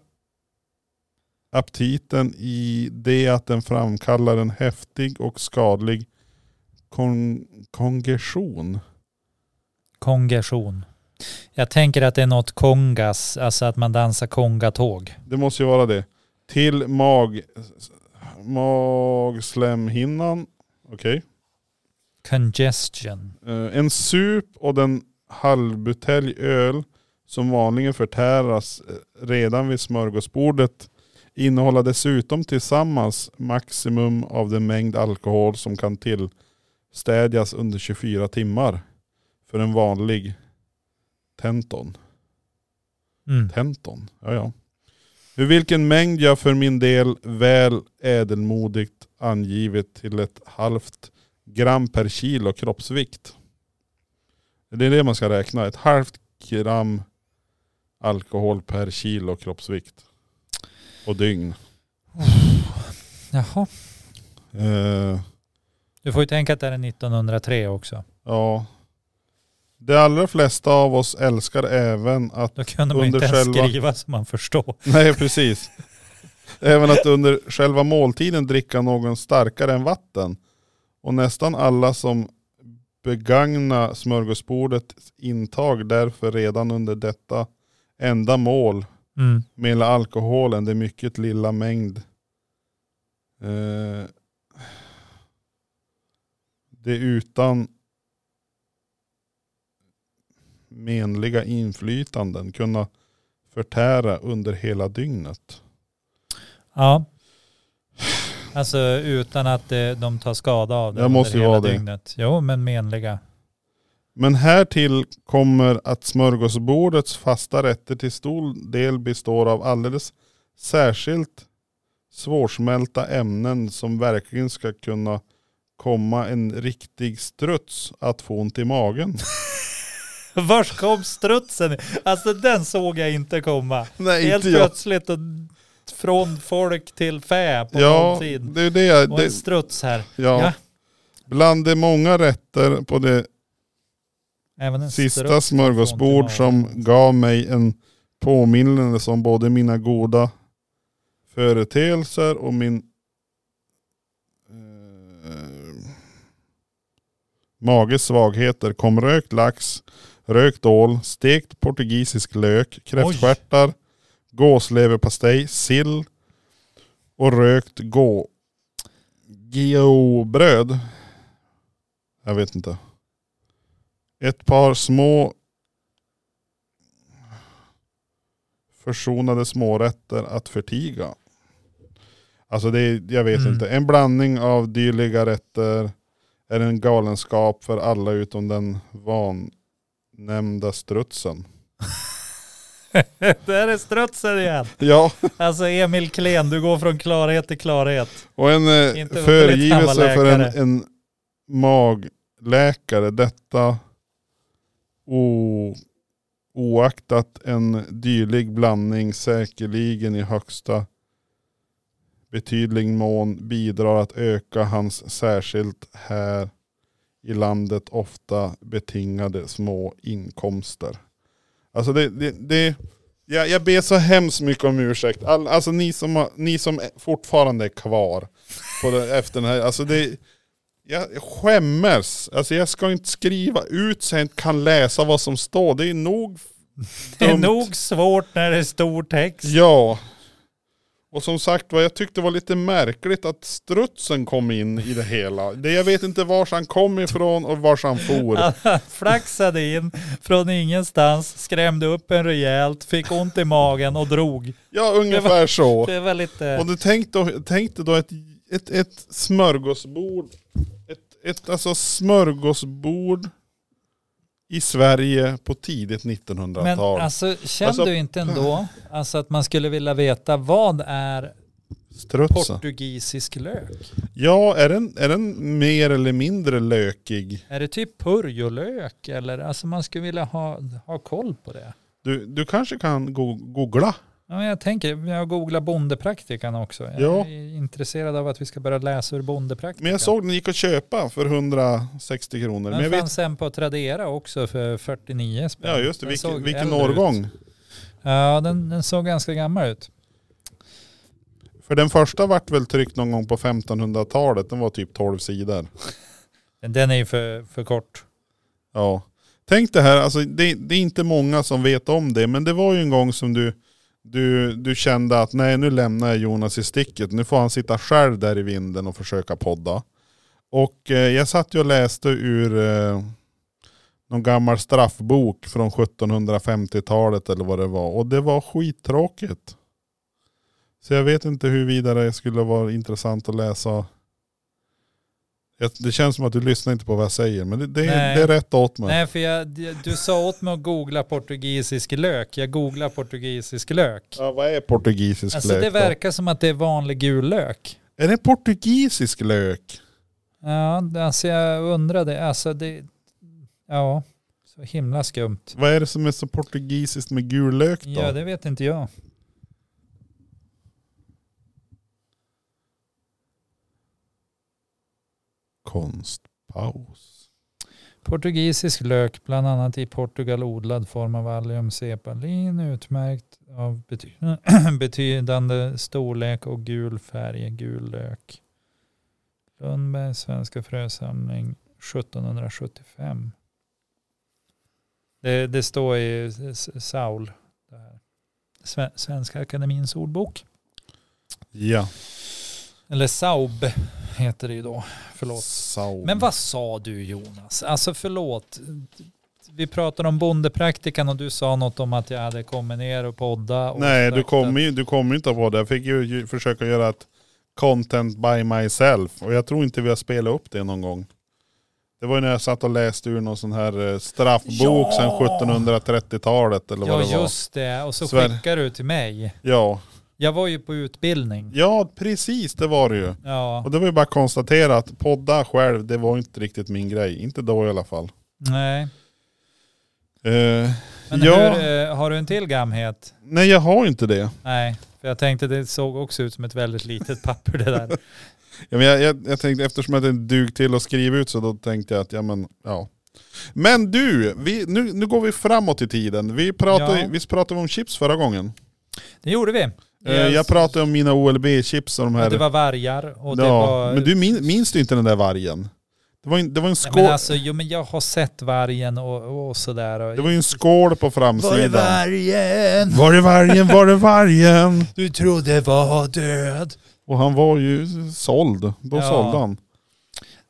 aptiten i det att den framkallar en häftig och skadlig kon- kongestion.
Kongersion. Jag tänker att det är något kongas, alltså att man dansar kongatåg.
Det måste ju vara det. Till mag, magslemhinnan. Okej.
Congestion.
Eh, En sup och den halvbutelj öl som vanligen förtäras eh, redan vid smörgåsbordet innehåller dessutom tillsammans maximum av den mängd alkohol som kan tillstädjas under 24 timmar för en vanlig tenton.
Mm.
Tenton, ja ja. Hur vilken mängd jag för min del väl ädelmodigt angivit till ett halvt gram per kilo kroppsvikt. Det är det man ska räkna, ett halvt gram alkohol per kilo kroppsvikt. Och dygn.
Jaha.
Eh,
Du får ju tänka att det är 1903 också.
ja. De allra flesta av oss älskar även att
Då kunde man inte
Under
ens
själva-
skriva så man förstår.
Nej, precis. Även att under själva måltiden dricka någon starkare än vatten. Och nästan alla som begagna smörgåsbordets intag därför redan under detta enda mål
Mm.
med hela alkoholen det mycket lilla mängd. Eh, det utan menliga inflytanden kunna förtära under hela dygnet.
Ja. Alltså utan att eh, de tar skada av det
Det måste
under
ju
hela
vara det.
dygnet. Jo, men menliga.
Men härtill kommer att smörgåsbordets fasta rätter till stor del består av alldeles särskilt svårsmälta ämnen som verkligen ska kunna komma en riktig struts att få ont i magen.
Vars kom strutsen? Alltså den såg jag inte komma.
Nej
Helt plötsligt och från folk till fä på
Ja,
någon tid.
det är det. jag-
Och en
det
struts här.
ja.
Ja.
Bland de många rätter på det
Även en
sista
struts.
smörgåsbord som gav mig en påminnelse om både mina goda företeelser och min eh, mages svagheter kom rökt lax, rökt ål, stekt portugisisk lök, kräftstjärtar, gåsleverpastej, sill och rökt gå geobröd. Jag vet inte. Ett par små försonade smårätter att förtiga. Alltså det är, jag vet
Mm.
inte. En blandning av dyliga rätter är en galenskap för alla utom den vannämnda strutsen.
(laughs) Där är strutsen igen.
Ja,
Alltså Emil Klen, du går från klarhet till klarhet.
och en eh,
Inte underligt, han
föregivelse
var
för en,
läkare.
en magläkare. Detta o, oaktat en dylig blandning säkerligen i högsta betydlig mån bidrar att öka hans särskilt här i landet ofta betingade små inkomster. Alltså det, det, det jag, jag ber så hemskt mycket om ursäkt. All, alltså ni som, har, ni som är- fortfarande är kvar på det, (laughs) efter den här, alltså det, jag skämmes. Alltså jag ska inte skriva ut så jag inte kan läsa vad som står. Det är nog
Det är
dumt.
nog svårt när det är stor text.
Ja. Och som sagt vad jag tyckte var lite märkligt att strutsen kom in i det hela. Det, jag vet inte var han kom ifrån och var han for.
Han flaxade in från ingenstans, skrämde upp en rejält, fick ont i magen och drog.
Ja ungefär så.
Det var lite...
Och du tänk, då, tänk dig då ett, ett, ett smörgåsbord. Ett, ett alltså smörgåsbord i Sverige på tidigt
Men
1900-tal.
alltså, känner
Alltså-
du inte ändå alltså att man skulle vilja veta vad är
Strutsen.
portugisisk lök?
Ja, är den, är den mer eller mindre lökig?
Är det typ purjolök eller? Alltså man skulle vilja ha, ha koll på det.
Du, du kanske kan go- googla?
Ja, men jag tänker, jag googlar bondepraktikan också. Jag
Ja.
är intresserad av att vi ska börja läsa ur bondepraktikan.
Men jag såg den gick att köpa för 160 kronor. Men jag
Den
vet,
fanns sen på Tradera också för 49 spänn.
ja just det,
Den
vilken,
såg
vilken
äldre ut.
årgång?
Ja, den, den såg ganska gammal ut.
För den första vart väl tryckt någon gång på 1500-talet. Den var typ 12 sidor.
Men Den är ju för, för kort.
Ja. Tänk det här, alltså det, det är inte många som vet om det, men det var ju en gång som du, du, du kände att nej nu lämnar jag Jonas i sticket, nu får han sitta själv där i vinden och försöka podda. Och eh, jag satt ju och läste ur eh, någon gammal straffbok från 1750-talet eller vad det var, och det var skittråkigt. Så jag vet inte hur vidare det skulle vara intressant att läsa Jag- Det känns som att du lyssnar inte på vad jag säger, men det, det, är,
Nej.
det är rätt åt mig.
Nej, för jag, du sa åt mig att googla portugisisk lök. Jag googlar portugisisk lök.
Ja, vad är portugisisk
alltså
lök
det
då?
verkar som att det är vanlig gul lök.
Är det portugisisk lök?
Ja, alltså jag undrade. Alltså det, ja, så himla skumt.
Vad är det som är så portugisiskt med gul lök då?
Ja, det vet inte jag.
Konstpaus.
Portugisisk lök, bland annat i Portugal odlad form av Allium cepalin, utmärkt av bety (clears throat) betydande storlek och gul färg, gul lök. Lundberg, Svenska frösamling 1775. Det, det står i S- S- Saul, det här. Sve- Svenska Akademiens ordbok.
Ja.
Eller Saub heter det ju då. Förlåt.
Saum.
Men vad sa du Jonas? Alltså förlåt. Vi pratade om bondepraktikan och du sa något om att jag hade kommit ner och podda. Och
Nej, du
sagt
kommer ju, du kommer ju inte på det. Jag fick ju, ju försöka göra ett content by myself. Och jag tror inte vi har spelat upp det någon gång. Det var ju när jag satt och läste ur någon sån här eh, straffbok
Ja!
sedan 1730-talet eller
att-
vad
Ja
det var.
just det, och så
Sver-
skickar du till mig.
Ja.
Jag var ju på utbildning.
ja, precis det var det ju.
Ja,
Och det var ju bara att konstatera att podda själv, det var inte riktigt min grej. Inte då i alla fall.
nej.
Eh,
Men
Ja.
hur, eh, har du en till gamhet?
nej, jag har ju inte det.
Nej, för jag tänkte det såg också ut som ett väldigt litet papper det
(laughs)
där.
Ja, men jag, jag, jag tänkte, eftersom jag inte dug till att skriva ut så då tänkte jag att, ja men ja. Men du, vi, nu, nu går vi framåt i tiden. Vi pratade,
Ja.
visst pratade vi om chips förra gången?
Det gjorde vi.
Eh, Jag pratade om mina OLB-chips och de här.
Det var vargar och det
ja,
var...
Men du min, minns du inte den där vargen? Det var, ju- det var en
Nej,
skål,
men alltså, jo, men jag har sett vargen och, och sådär. Och,
det var ju en skål på framsidan.
vargen?
Var det vargen? Var det vargen?
Du trodde var död.
Och han var ju såld. Då
Ja.
sålde han.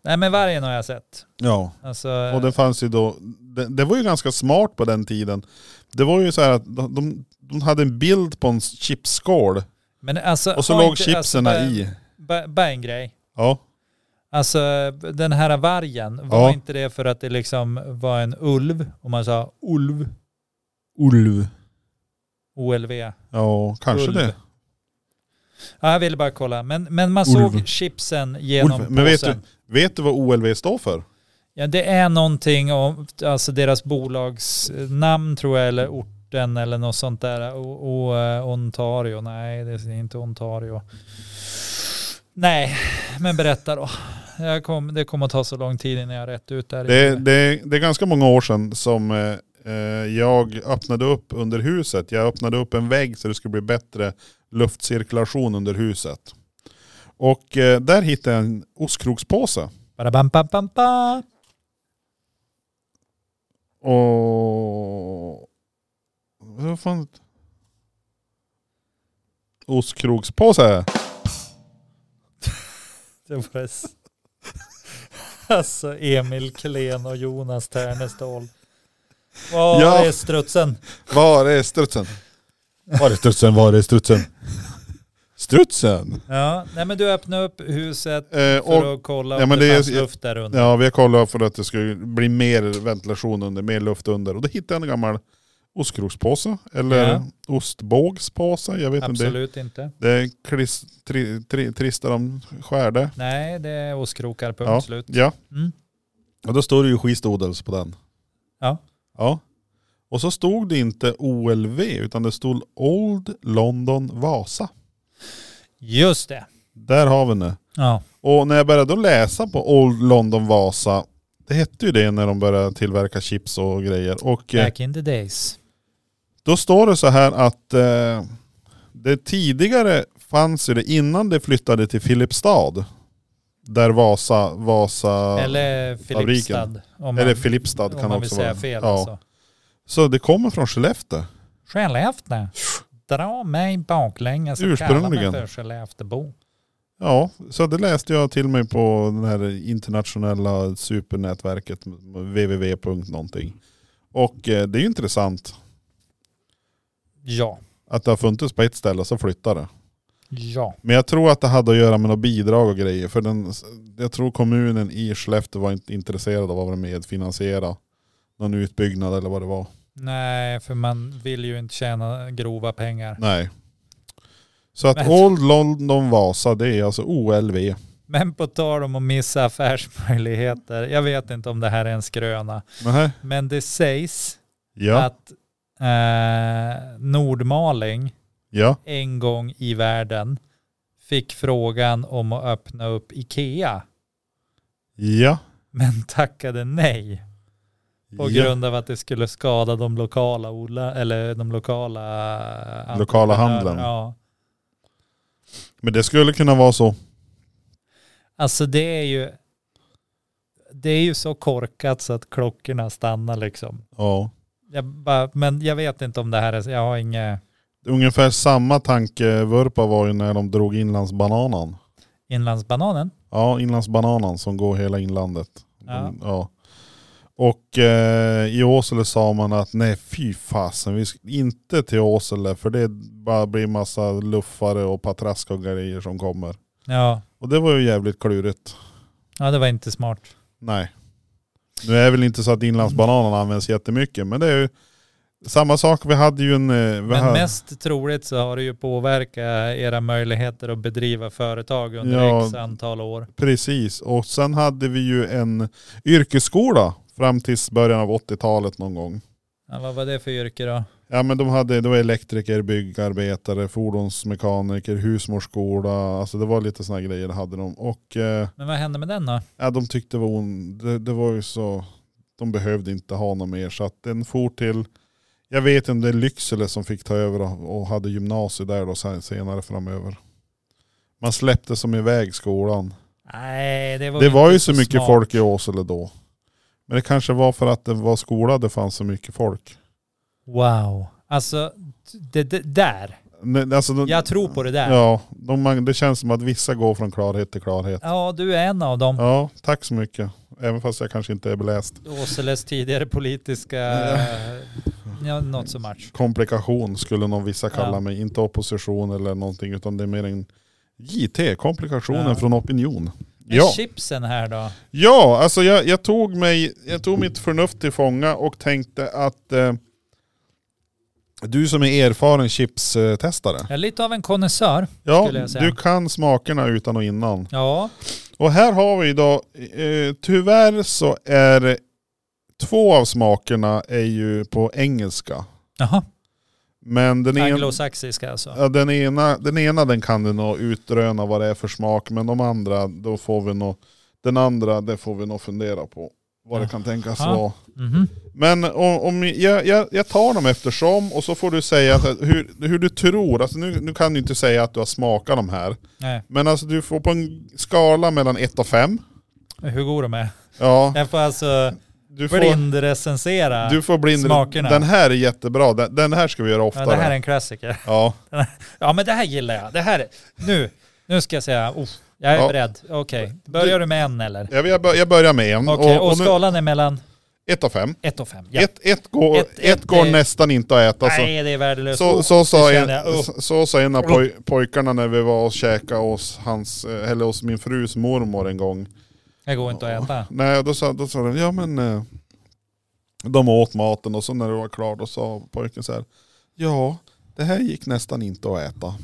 Nej men vargen har jag sett.
Ja.
Alltså,
Och det fanns ju då, det, det var ju ganska smart på den tiden. Det var ju så här att de, de- de hade en bild på en chipsskål
men alltså,
och så
har
låg
inte-
chipsen
alltså, bara-
i.
Bara, bara en grej.
Ja.
Alltså den här vargen, var
Ja.
inte det för att det liksom var en ulv? Om man sa ulv,
Ulv.
OLV.
Ja, kanske
Ulv.
det.
Ja, jag ville bara kolla. Men, men man
Ulv.
såg chipsen genom
Ulv. Men vet
påsen.
Vet du vad OLV står för?
Ja, det är någonting om alltså deras bolagsnamn tror jag, eller orten eller något sånt där. Och, och eh, Ontario, nej det är inte Ontario. Nej, men berätta då. Jag kom, det kommer att ta så lång tid innan jag har rätt ut där.
Det, det, det är ganska många år sedan som eh, eh, jag öppnade upp under huset. Jag öppnade upp en vägg så det skulle bli bättre luftcirkulation under huset. Och eh, där hittade jag en ostkrokspåse.
Badabam, bam, bam, bam.
Och... Vad fan? Ostkrokspåse.
Det var s- (laughs) Alltså Emil Klen och Jonas Ternestål. Vad
Ja.
är strutsen?
Var är strutsen? Var är strutsen? Var är strutsen? Strutsen!
Ja, nej men du öppnar upp huset
Eh,
för
och,
att kolla om
ja, men
det,
det är-
fanns luft där under.
ja, vi har kollat för att det skulle bli mer ventilation under, mer luft under. Och då hittade jag en gammal ostkrokspåse. Eller
Ja.
ostbågspåse. Jag vet inte.
Absolut inte.
Det är klis, tri, tri, trista de skärde.
Nej, det är ostkrokar, punkt
Ja.
slut.
Ja.
Mm.
Ja då står det ju skistodels på den.
Ja.
Ja. Och så stod det inte OLV utan det stod Old London Vasa.
Just det.
Där har vi det.
Ja.
Och när jag började då läsa på Old London Vasa, det hette ju det när de började tillverka chips och grejer. Och eh,
Back in the days.
då står det så här att eh, det tidigare fanns ju det innan det flyttade till Filipstad. Där Vasa, Vasa,
Eller Filipstad. Om man,
eller Filipstad
om
kan
man
också
vill
vara.
säga fel.
ja.
Alltså.
Så det kommer från Skellefteå.
Skellefteå. Dra mig baklänges och kalla mig
Ursprungligen.
för Skelleftebo.
Ja, så det läste jag till mig på den här internationella supernätverket www. någonting. Och eh, det är ju intressant
Ja,
att det har funnits på ett ställe och så flyttar det.
Ja.
Men jag tror att det hade att göra med något bidrag och grejer. För den, jag tror kommunen i Skellefteå var inte intresserad av att medfinansiera någon utbyggnad eller vad det var.
Nej, för man vill ju inte tjäna grova pengar.
Nej. Så att
Men-
Old London Vasa, det är alltså OLV.
Men på tal om att missa affärsmöjligheter. Jag vet inte om det här är en skröna.
Nähä.
Men det sägs
Ja,
att eh, Nordmaling
ja.
en gång i världen fick frågan om att öppna upp Ikea.
Ja.
Men (laughs) tackade nej på
ja.
grund av att det skulle skada de lokala odla, eller de lokala
Lokala
entreprenörerna.
handeln.
Ja.
Men det skulle kunna vara så.
Alltså det är ju det är ju så korkat så att klockorna stannar liksom.
Ja.
Jag bara, men jag vet inte om det här är, jag har inget
Ungefär samma tankevurpa var ju när de drog inlandsbananan.
Inlandsbananen.
Ja, inlandsbananan som går hela inlandet.
Ja.
Mm, ja. Och eh, i Åsele sa man att nej fy fasen, vi ska inte till Åsele för det bara blir massa luffare och patrask och grejer som kommer.
Ja,
Och det var ju jävligt klurigt.
ja det var inte smart.
Nej. Nu är det väl inte så att inlandsbananan används jättemycket men det är ju samma sak. Vi hade ju en... eh, Vi
Men
hade-
mest troligt så har det ju påverkat era möjligheter att bedriva företag under
Ja.
x antal år.
Precis, och sen hade vi ju en yrkesskola fram till början av 80-talet någon gång.
Ja, vad var det för yrke då?
Ja men de hade, det var elektriker, byggarbetare, fordonsmekaniker, husmorskola, alltså det var lite sådana grejer hade de. Och eh,
Men vad hände med den då?
ja, de tyckte det var on, det, det var ju så, de behövde inte ha någon mer så att den for till, jag vet inte, det är Lycksele som fick ta över och, och hade gymnasiet där då sen, senare framöver. Man släppte som iväg skolan.
Nej, det var,
Det
inte
var ju så mycket
smart.
folk i Åsele då. Men det kanske var för att det var skola det fanns så mycket folk.
Wow. Alltså, det, det där.
Nej, Alltså, de,
Jag tror på det där. Ja.
Ja, de, man- det känns som att vissa går från klarhet till klarhet.
du är en av dem.
Ja, tack så mycket. Även fast jag kanske inte är beläst.
Åseles tidigare politiska... ja, not so much.
Komplikation skulle någon vissa kalla
Ja.
mig. Inte opposition eller någonting utan det är mer en JT, komplikationen
Ja.
från opinion.
Men
Ja,
chipsen här då?
ja alltså jag, jag, tog mig, jag tog mitt förnuft till fånga och tänkte att eh, du som är erfaren chipstestare,
Jag är lite av en konnässör.
ja,
skulle jag säga.
du kan smakerna utan och innan.
Ja.
Och här har vi då, eh, tyvärr så är två av smakerna är ju på engelska.
Jaha.
Men den, en,
Anglosaxiska alltså.
ja, den, ena, den ena den kan du nog utröna vad det är för smak, men de andra, då får vi nog, den andra det får vi nog fundera på vad det kan tänkas
Jaha.
vara.
Mhm.
Men om, om jag, jag, jag tar dem eftersom och så får du säga att- hur, hur du tror, alltså nu, nu kan du inte säga att du har smakat de här,
Nej,
men alltså du får på en skala mellan 1 och 5.
hur går de med?
Ja,
Jag får alltså
du får...
blindrecensera.
Du får blind...
Smakerna.
Den här är jättebra, den, den här ska vi göra
Ja,
oftare.
det här är en klassiker.
ja.
Ja men det här gillar jag. Det här, nu, nu ska jag säga, oh, jag är
Ja.
beredd. Okej, börjar du med en eller?
Jag, jag, bör, jag börjar med en.
Okej, och, skalan är mellan
1 av 5.
1 och 5. Ja.
Ett ett går,
Ett-
ett,
ett
går
är-
nästan inte att äta. Så,
Nej, det är värdelöst.
så,
Oh,
så, sa
det
en,
känner jag. Oh.
så- så sa en av poj, pojkarna när vi var och käkade hos, hans, eh, eller hos min frus mormor en gång.
Jag går inte att äta.
Nej, då sa, då sa de, ja men eh, de åt maten och så när det var klart då sa pojken så här, ja det här gick nästan inte
(laughs)
att äta.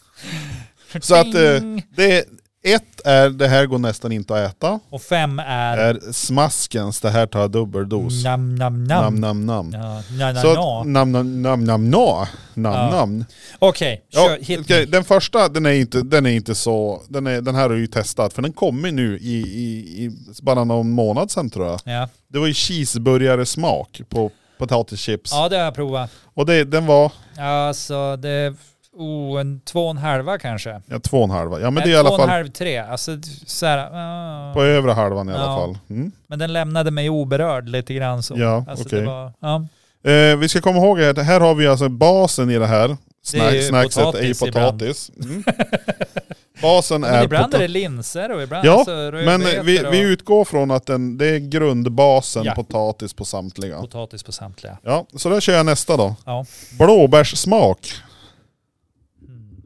(laughs) så att eh,
Ding!
det, ett är det här går nästan inte att äta.
Och 5 är...
Är smaskens det här tar dubbeldos.
Nam, nam, nam.
Nam nam nam.
Ja, na, na,
Så
na.
att, nam nam nam nam na. nam.
Ja.
nam.
Okej,
Ja,
kör, hit
okej,
me.
den första den är inte, den är inte så, den, är, den här har ju testat för den kommer nu i, i, i bara någon månad sedan tror jag.
Ja.
Det var ju cheeseburgare-smak på potatischips.
ja, det har jag provat.
Och det, den var,
Alltså det... Oh, en två och en halva kanske.
ja tvv och en halva. Ja men
Nej,
det är i alla
två och en
fall
halv, tre. Alltså så här, ah.
på övre halvan i alla
Ja.
fall. Mm.
Men den lämnade mig oberörd lite grann så.
Ja,
alltså,
okej.
det var, ja.
Eh, vi ska komma ihåg att här har vi alltså basen i det här.
Det är
Snack,
ju
snackset är ju
potatis
potatis. Mm.
(laughs)
basen
Men
är
ibland är det
potatis.
linser och ibland
Ja,
alltså rödbetor
Men vi, vi
och
utgår från att den, det är grundbasen
Ja.
potatis på samtliga.
potatis på samtliga.
Ja, så då kör jag nästa då.
Ja.
Blåbärssmak.
Mm.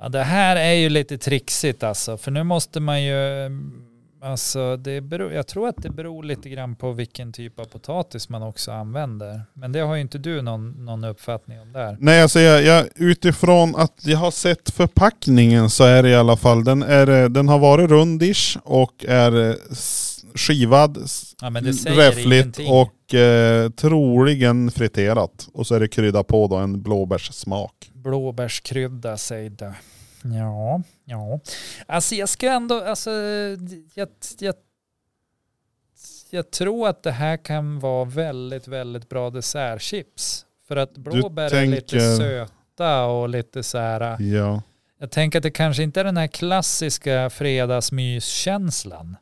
Ja, det här är ju lite trixigt alltså, för nu måste man ju, mm, alltså det beror, jag tror att det beror lite grann på vilken typ av potatis man också använder. Men det har ju inte du någon, någon uppfattning om där.
Nej alltså jag, jag, utifrån att jag har sett förpackningen så är det i alla fall, den, är, eh, den har varit rundish och är eh, s- skivad, s-
Ja, men det säger
räffligt
ingenting.
och eh, troligen friterat. Och så är det krydda på då en blåbärssmak.
Blåbärskrydda säger det. Ja, ja. Alltså jag ska ändå, alltså jag, jag, jag tror att det här kan vara väldigt, väldigt bra dessertchips. För att blåbär är lite
tänker-
söta och lite så här.
Ja.
Jag tänker att det kanske inte är den här klassiska fredagsmyskänslan.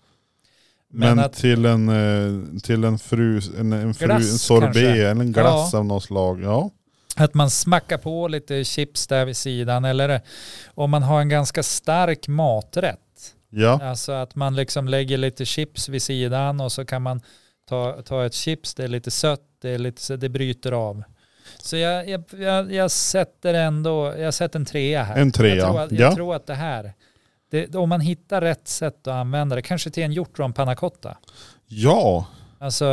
Men
Men,
att-
till en, eh, till en, frus, en, en, fru, en
Glass
sorbet
kanske.
eller en glass av något slag. Ja.
Att man smackar på lite chips där vid sidan eller om man har en ganska stark maträtt.
Ja.
Alltså att man liksom lägger lite chips vid sidan och så kan man ta, ta ett chips, det är lite sött, det, är lite, så det bryter av. Så jag, jag, jag, jag sätter ändå, jag sätter en trea här.
En trea,
Jag tror att, jag
ja.
tror att det här, det, om man hittar rätt sätt att använda det, kanske till en hjortronpannacotta.
ja.
Alltså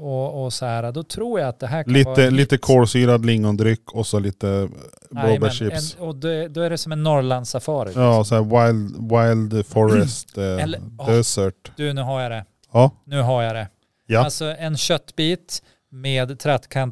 och, och så här, då tror jag att det här kan vara...
Lite, lite kolsyrad lingondryck och så lite
Nej, men
blåbärschips.
en- Och då, då är det som en Norrlandssafari.
Ja, så här wild, wild forest eh,
(clears throat) Eller- ja.
desert.
Du, nu har jag det.
Ja.
Nu har jag det.
Ja.
Alltså en köttbit med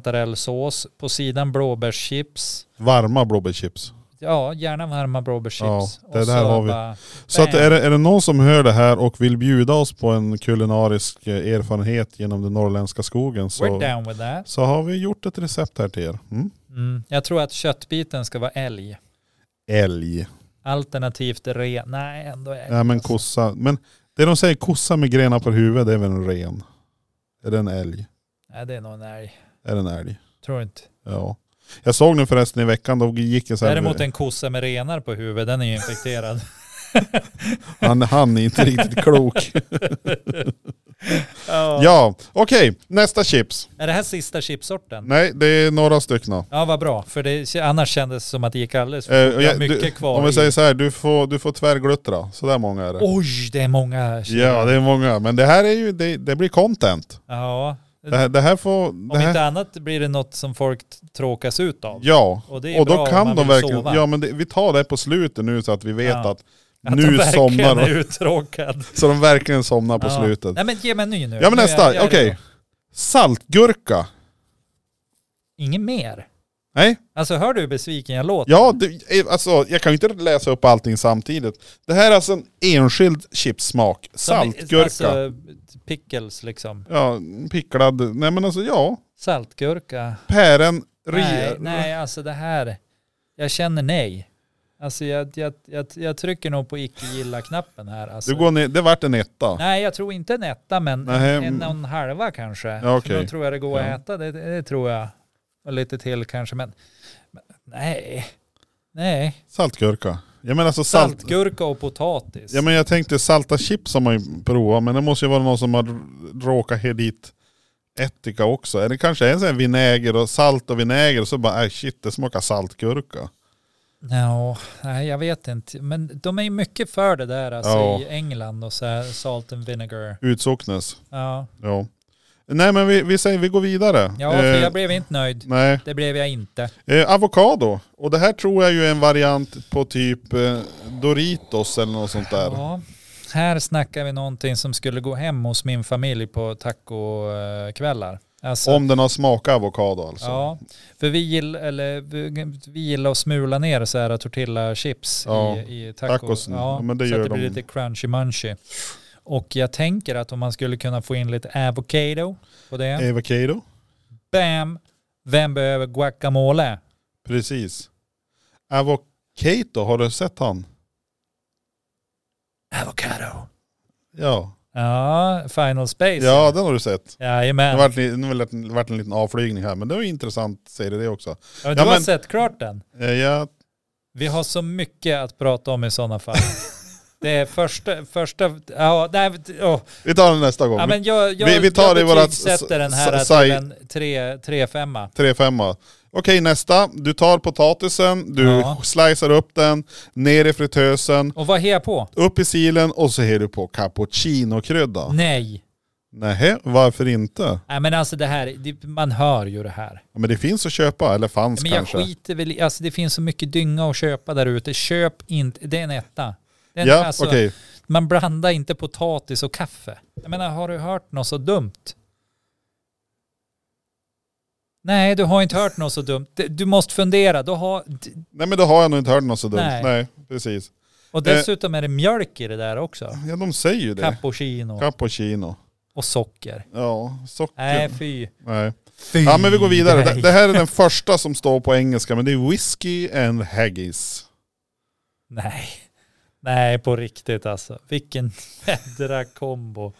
trattkantarellsås, på sidan blåbärschips.
Varma blåbärschips.
Ja, gärna varma blåbärschips.
Ja, det
Och
där
så
har vi.
bara-
Så att
Bam.
är, det, är det någon som hör det här och vill bjuda oss på en kulinarisk eh, erfarenhet genom den norrländska skogen
We're
så,
down with that.
så har vi gjort ett recept här till er. Mm.
Mm. Jag tror att köttbiten ska vara älg.
Älg.
Alternativt re... Nej, ändå älg.
Nej men
alltså.
kossa. Men det de säger kossa med grenar på huvudet det är väl en ren. Är det en älg?
Nej, det är nog en älg.
Är det en älg?
Tror inte.
Ja. Jag såg nu förresten i veckan, då gick jag så här,
Däremot en kossa med renar på huvudet, den är ju
(laughs)
infekterad.
han, han är inte
(laughs)
riktigt klok.
ja.
Ja, okej. Nästa chips.
Är det här sista chipsorten?
Nej, det är några stycken.
Ja, vad bra. För det, annars kändes det som att det gick alldeles för
Eh,
fort.
och
Jag har
jag-
mycket
du,
kvar
Om vi
i.
säger så här, du får, du får tvärgluttra. Så där många är det.
Oj, det är många.
Ja, det är många. Men det här är ju, det, det blir content.
Ja.
Det här, det här får... Det
Om inte
här,
annat blir det något som folk t- tråkas ut av.
ja,
Och det är
och
bra
då
om
kan
man
de
vill
verkligen...
sova.
Ja men det, vi tar det på slutet nu så att vi vet
Ja.
att,
(laughs) att de
nu
verkligen
somnar
är
de.
uttråkad.
Så de verkligen somnar på
Ja.
slutet.
Nej men ge mig en ny nu.
Ja men
Nu är
nästa,
jag- jag är
okej.
redo.
Saltgurka.
Inget mer.
Nej,
Alltså hör du hur besviken jag låter?
ja det, eh, alltså jag kan ju inte läsa upp allting samtidigt. Det här är alltså en enskild chipssmak.
Som-
Saltgurka.
Alltså pickles liksom.
Ja, picklad. Nej men alltså ja.
Saltgurka.
Pären,
Nej,
re,
nej alltså det här. Jag känner nej. Alltså jag, jag, jag, jag trycker nog på icke gilla-knappen här. Alltså.
Du går ner, det vart en etta.
Nej, jag tror inte en etta, men en,
Nej,
en
mm.
och en halva kanske.
Ja, okej.
För Då tror jag det går att
Ja.
äta, det, det tror jag. Och lite till kanske, men, men nej. Nej,
Saltgurka. Jag menar alltså salt,
saltgurka och potatis.
Ja men jag tänkte salta chips har man ju provat men det måste ju vara någon som har råkat ha dit ättika också. Eller kanske är en sån här vinäger och salt och vinäger och så bara äh, shit det smakar saltgurka.
Nå, nej, jag vet inte. Men de är ju mycket för det där alltså,
Ja.
i England och så här salt and vinegar.
Utsocknes.
Ja,
Ja. Nej men vi, vi säger vi går vidare.
ja för
Eh,
jag blev inte nöjd.
Nej.
Det blev jag inte.
Eh, avokado. Och det här tror jag ju är en variant på typ eh, Doritos eller något sånt där.
Ja. Här snackar vi någonting som skulle gå hem hos min familj på tacokvällar. Alltså,
Om den har smakat avokado alltså.
Ja, för vi gillar, eller, vi- vi gillar att smula ner så här tortillachips
Ja,
i, i tacos.
tacosen.
Ja,
Ja, men det
så
gör
att det blir
de.
lite crunchy munchy. Och jag tänker att om man skulle kunna få in lite avocado på det.
Eh. Avocado.
Bam! Vem behöver guacamole?
Precis. Avocado, har du sett han?
Avocado.
Ja.
Ja, Final Space.
Ja den har du sett.
Jajamän.
Det vart, li- nu vart det vart en liten avflygning här, men det var ju intressant serie det också.
Ja, men du
ja,
har
men-
sett klart den.
Eh, Jag,
Vi har så mycket att prata om i sådana
(laughs)
fall. Det är första, första, ja, nej, åh.
vi tar den nästa gång.
Ja, men jag, jag,
vi- vi tar
jag
i vårat
betygsätter den här
s- saj-
till en 3-5.
Tre femma. Okej nästa, du tar potatisen, du
Ja.
slicear upp den, ner i fritösen,
Och vad har jag på?
upp i silen och så häller du på cappuccinokrydda.
Nej.
Nähä, varför inte?
Nej men alltså det här, det, man hör ju det här.
Ja, Men det finns att köpa, eller fanns
Men jag
kanske.
skiter väl i- alltså det finns så mycket dynga att köpa där ute. Köp inte, det är en etta. Den,
ja,
alltså,
okej.
Man blandar inte potatis och kaffe. Jag menar, har du hört något så dumt? Nej, du har inte hört något så dumt. Det- Du måste fundera. Du har, d-
Nej men då har jag nog inte hört något så dumt. Nej,
Nej.
precis.
och dessutom är det mjölk i det där också.
Ja de säger ju Eh. Mm, det.
Cappuccino
Cappuccino.
och socker.
Ja, socker.
Nej, fy.
Nej.
fy.
Ja men vi går vidare.
nej.
Det, det här är den första som står på engelska men det är whisky and haggis.
Nej. Nej, på riktigt alltså. Vilken (laughs) jädra kombo.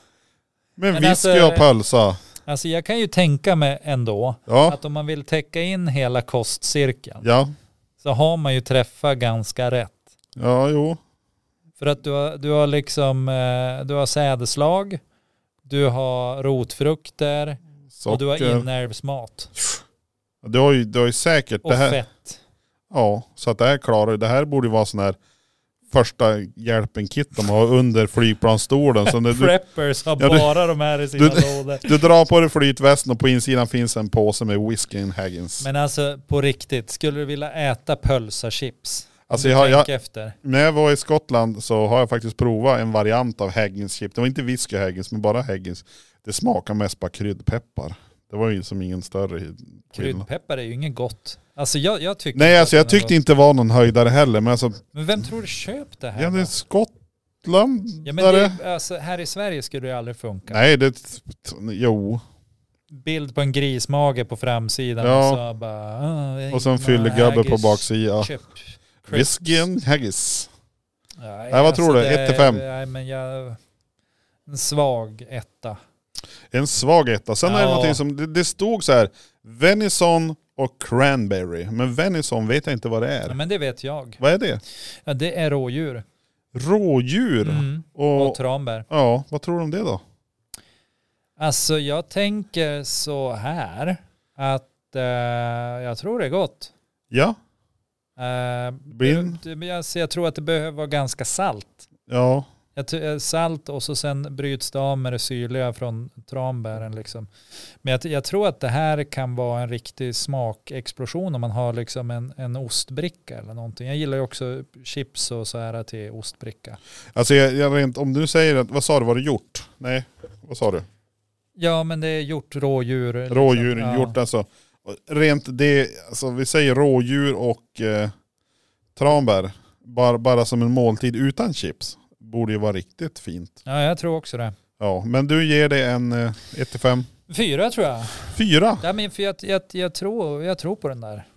Men,
Men
whisky
alltså-
och pölsa.
Alltså jag kan ju tänka mig ändå
Ja,
att om man vill täcka in hela kostcirkeln
ja,
så har man ju träffat ganska rätt.
ja jo.
För att du har, du har liksom, eh, du har sädeslag, du har rotfrukter och du har
Socker.
inälvsmat.
Du har ju, du har ju säkert
Och
det här.
fett.
Ja, så att det här klarar du. Det här borde ju vara sån här första hjälpen-kit de har under flygplansstolen. Så
(laughs)
när du,
Preppers har
Ja, du-
bara de här i sina
du-
lådor.
du drar på dig flytvästen och på insidan finns en påse med whisky and haggins.
Men alltså på riktigt, skulle du vilja äta pölsachips?
alltså
Om
jag,
du
har- jag,
tänker efter.
när jag var i Skottland så har jag faktiskt provat en variant av haggins chip. Det var inte whisky haggins men bara haggins. Det smakar mest bara kryddpeppar. Det var ju som ingen större skillnad.
Kryddpeppar är ju inget gott. Alltså jag, jag tycker
Nej
inte
alltså
att
jag
den är
tyckte inte det var någon höjdare heller men alltså,
gott. Men vem tror du köper det här?
ja det är
då?
Skottland.
ja, men det, alltså, här i Sverige skulle det aldrig funka.
Nej det, jo.
Bild på en grismage på framsidan
Ja.
och så bara... ah,
Och sen fyller gubbe på baksidan.
Chip.
Whiskyn haggis.
Nej,
vad tror du? Ett till fem?
Alltså, Nej, men jag... En svag etta.
En svag etta. Sen är det
Ja.
någonting som, det, det stod så här, venison och cranberry. Men venison vet jag inte vad det är.
Ja, men det vet jag.
Vad är det?
Ja, det är rådjur.
Rådjur.
Mm.
Och,
Och tranbär.
ja, vad tror du om det då?
Alltså jag tänker så här att eh, jag tror det är gott.
Ja,
Eh,
Blir-
det- det- alltså, jag tror att det behöver vara ganska salt.
ja,
Jag ty- eh, salt och så sen bryts det av med det syrliga från tranbären. Liksom. Men jag, t- jag tror att det här kan vara en riktig smakexplosion om man har liksom en, en ostbricka eller någonting. Jag gillar ju också chips och så här till ostbricka.
alltså jag, jag rent, om du säger att, vad sa du, var det gjort? Nej, vad sa du?
Ja men det är gjort rådjur. liksom.
Rådjur,
ja.
hjort alltså. Och Rent det, alltså vi säger rådjur och eh, tranbär, bara, bara som en måltid utan chips, borde ju vara riktigt fint.
Ja jag tror också det.
Ja, men du ger det en eh, 1-5.
Fyra tror jag.
Fyra.
Ja, men för jag, jag, jag, tror, jag tror på den där.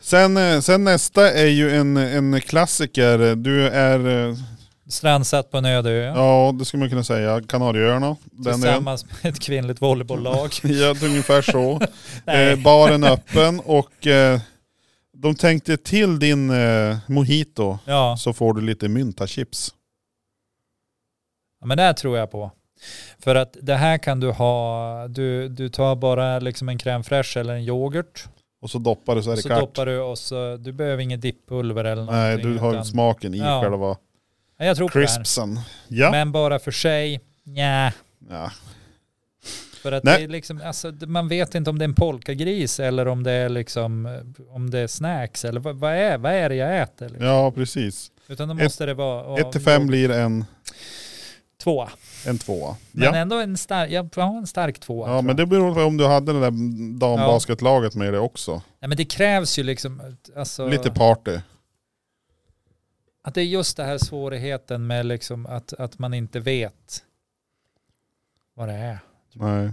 Sen, eh, sen nästa är ju en, en klassiker. Du är, eh,
Strandsatt på en öde ö.
ja det skulle man kunna säga, Kanarieöarna. Den är en.
tillsammans med ett kvinnligt volleybolllag.
Ja, det är
(laughs)
ungefär så.
Nej.
Eh, baren är öppen och eh, de tänkte till din eh, mojito
Ja,
så får du lite myntachips.
Ja, men det här tror jag på. För att det här kan du ha, du, du tar bara liksom en crème fraîche eller en yoghurt.
Och så doppar du så är det
så
klart.
doppar du och så, du behöver inget dipppulver eller
Nej,
någonting.
du har
utan-
smaken i
Ja.
själva
Nej, jag tror på det här.
crispsen. Ja.
Men bara för sig, nja.
ja.
För att
Nej.
det är liksom, alltså, det- man vet inte om det är en polkagris eller om det är liksom, eh, om det är snacks eller vad, vad, är, vad är det jag äter? Liksom.
Ja, precis.
Utan då
Ett-
måste det vara...
1 till 5 blir en,
Tvåa.
en tvåa.
Men
Ja.
ändå en stark, jag har en stark tvåa.
Ja
tror
men
jag.
det beror på om du hade det där dambasketlaget med dig också.
Nej, men det krävs ju liksom, alltså,
Lite party.
att det är just det här svårigheten med liksom att, att man inte vet vad det är.
Nej.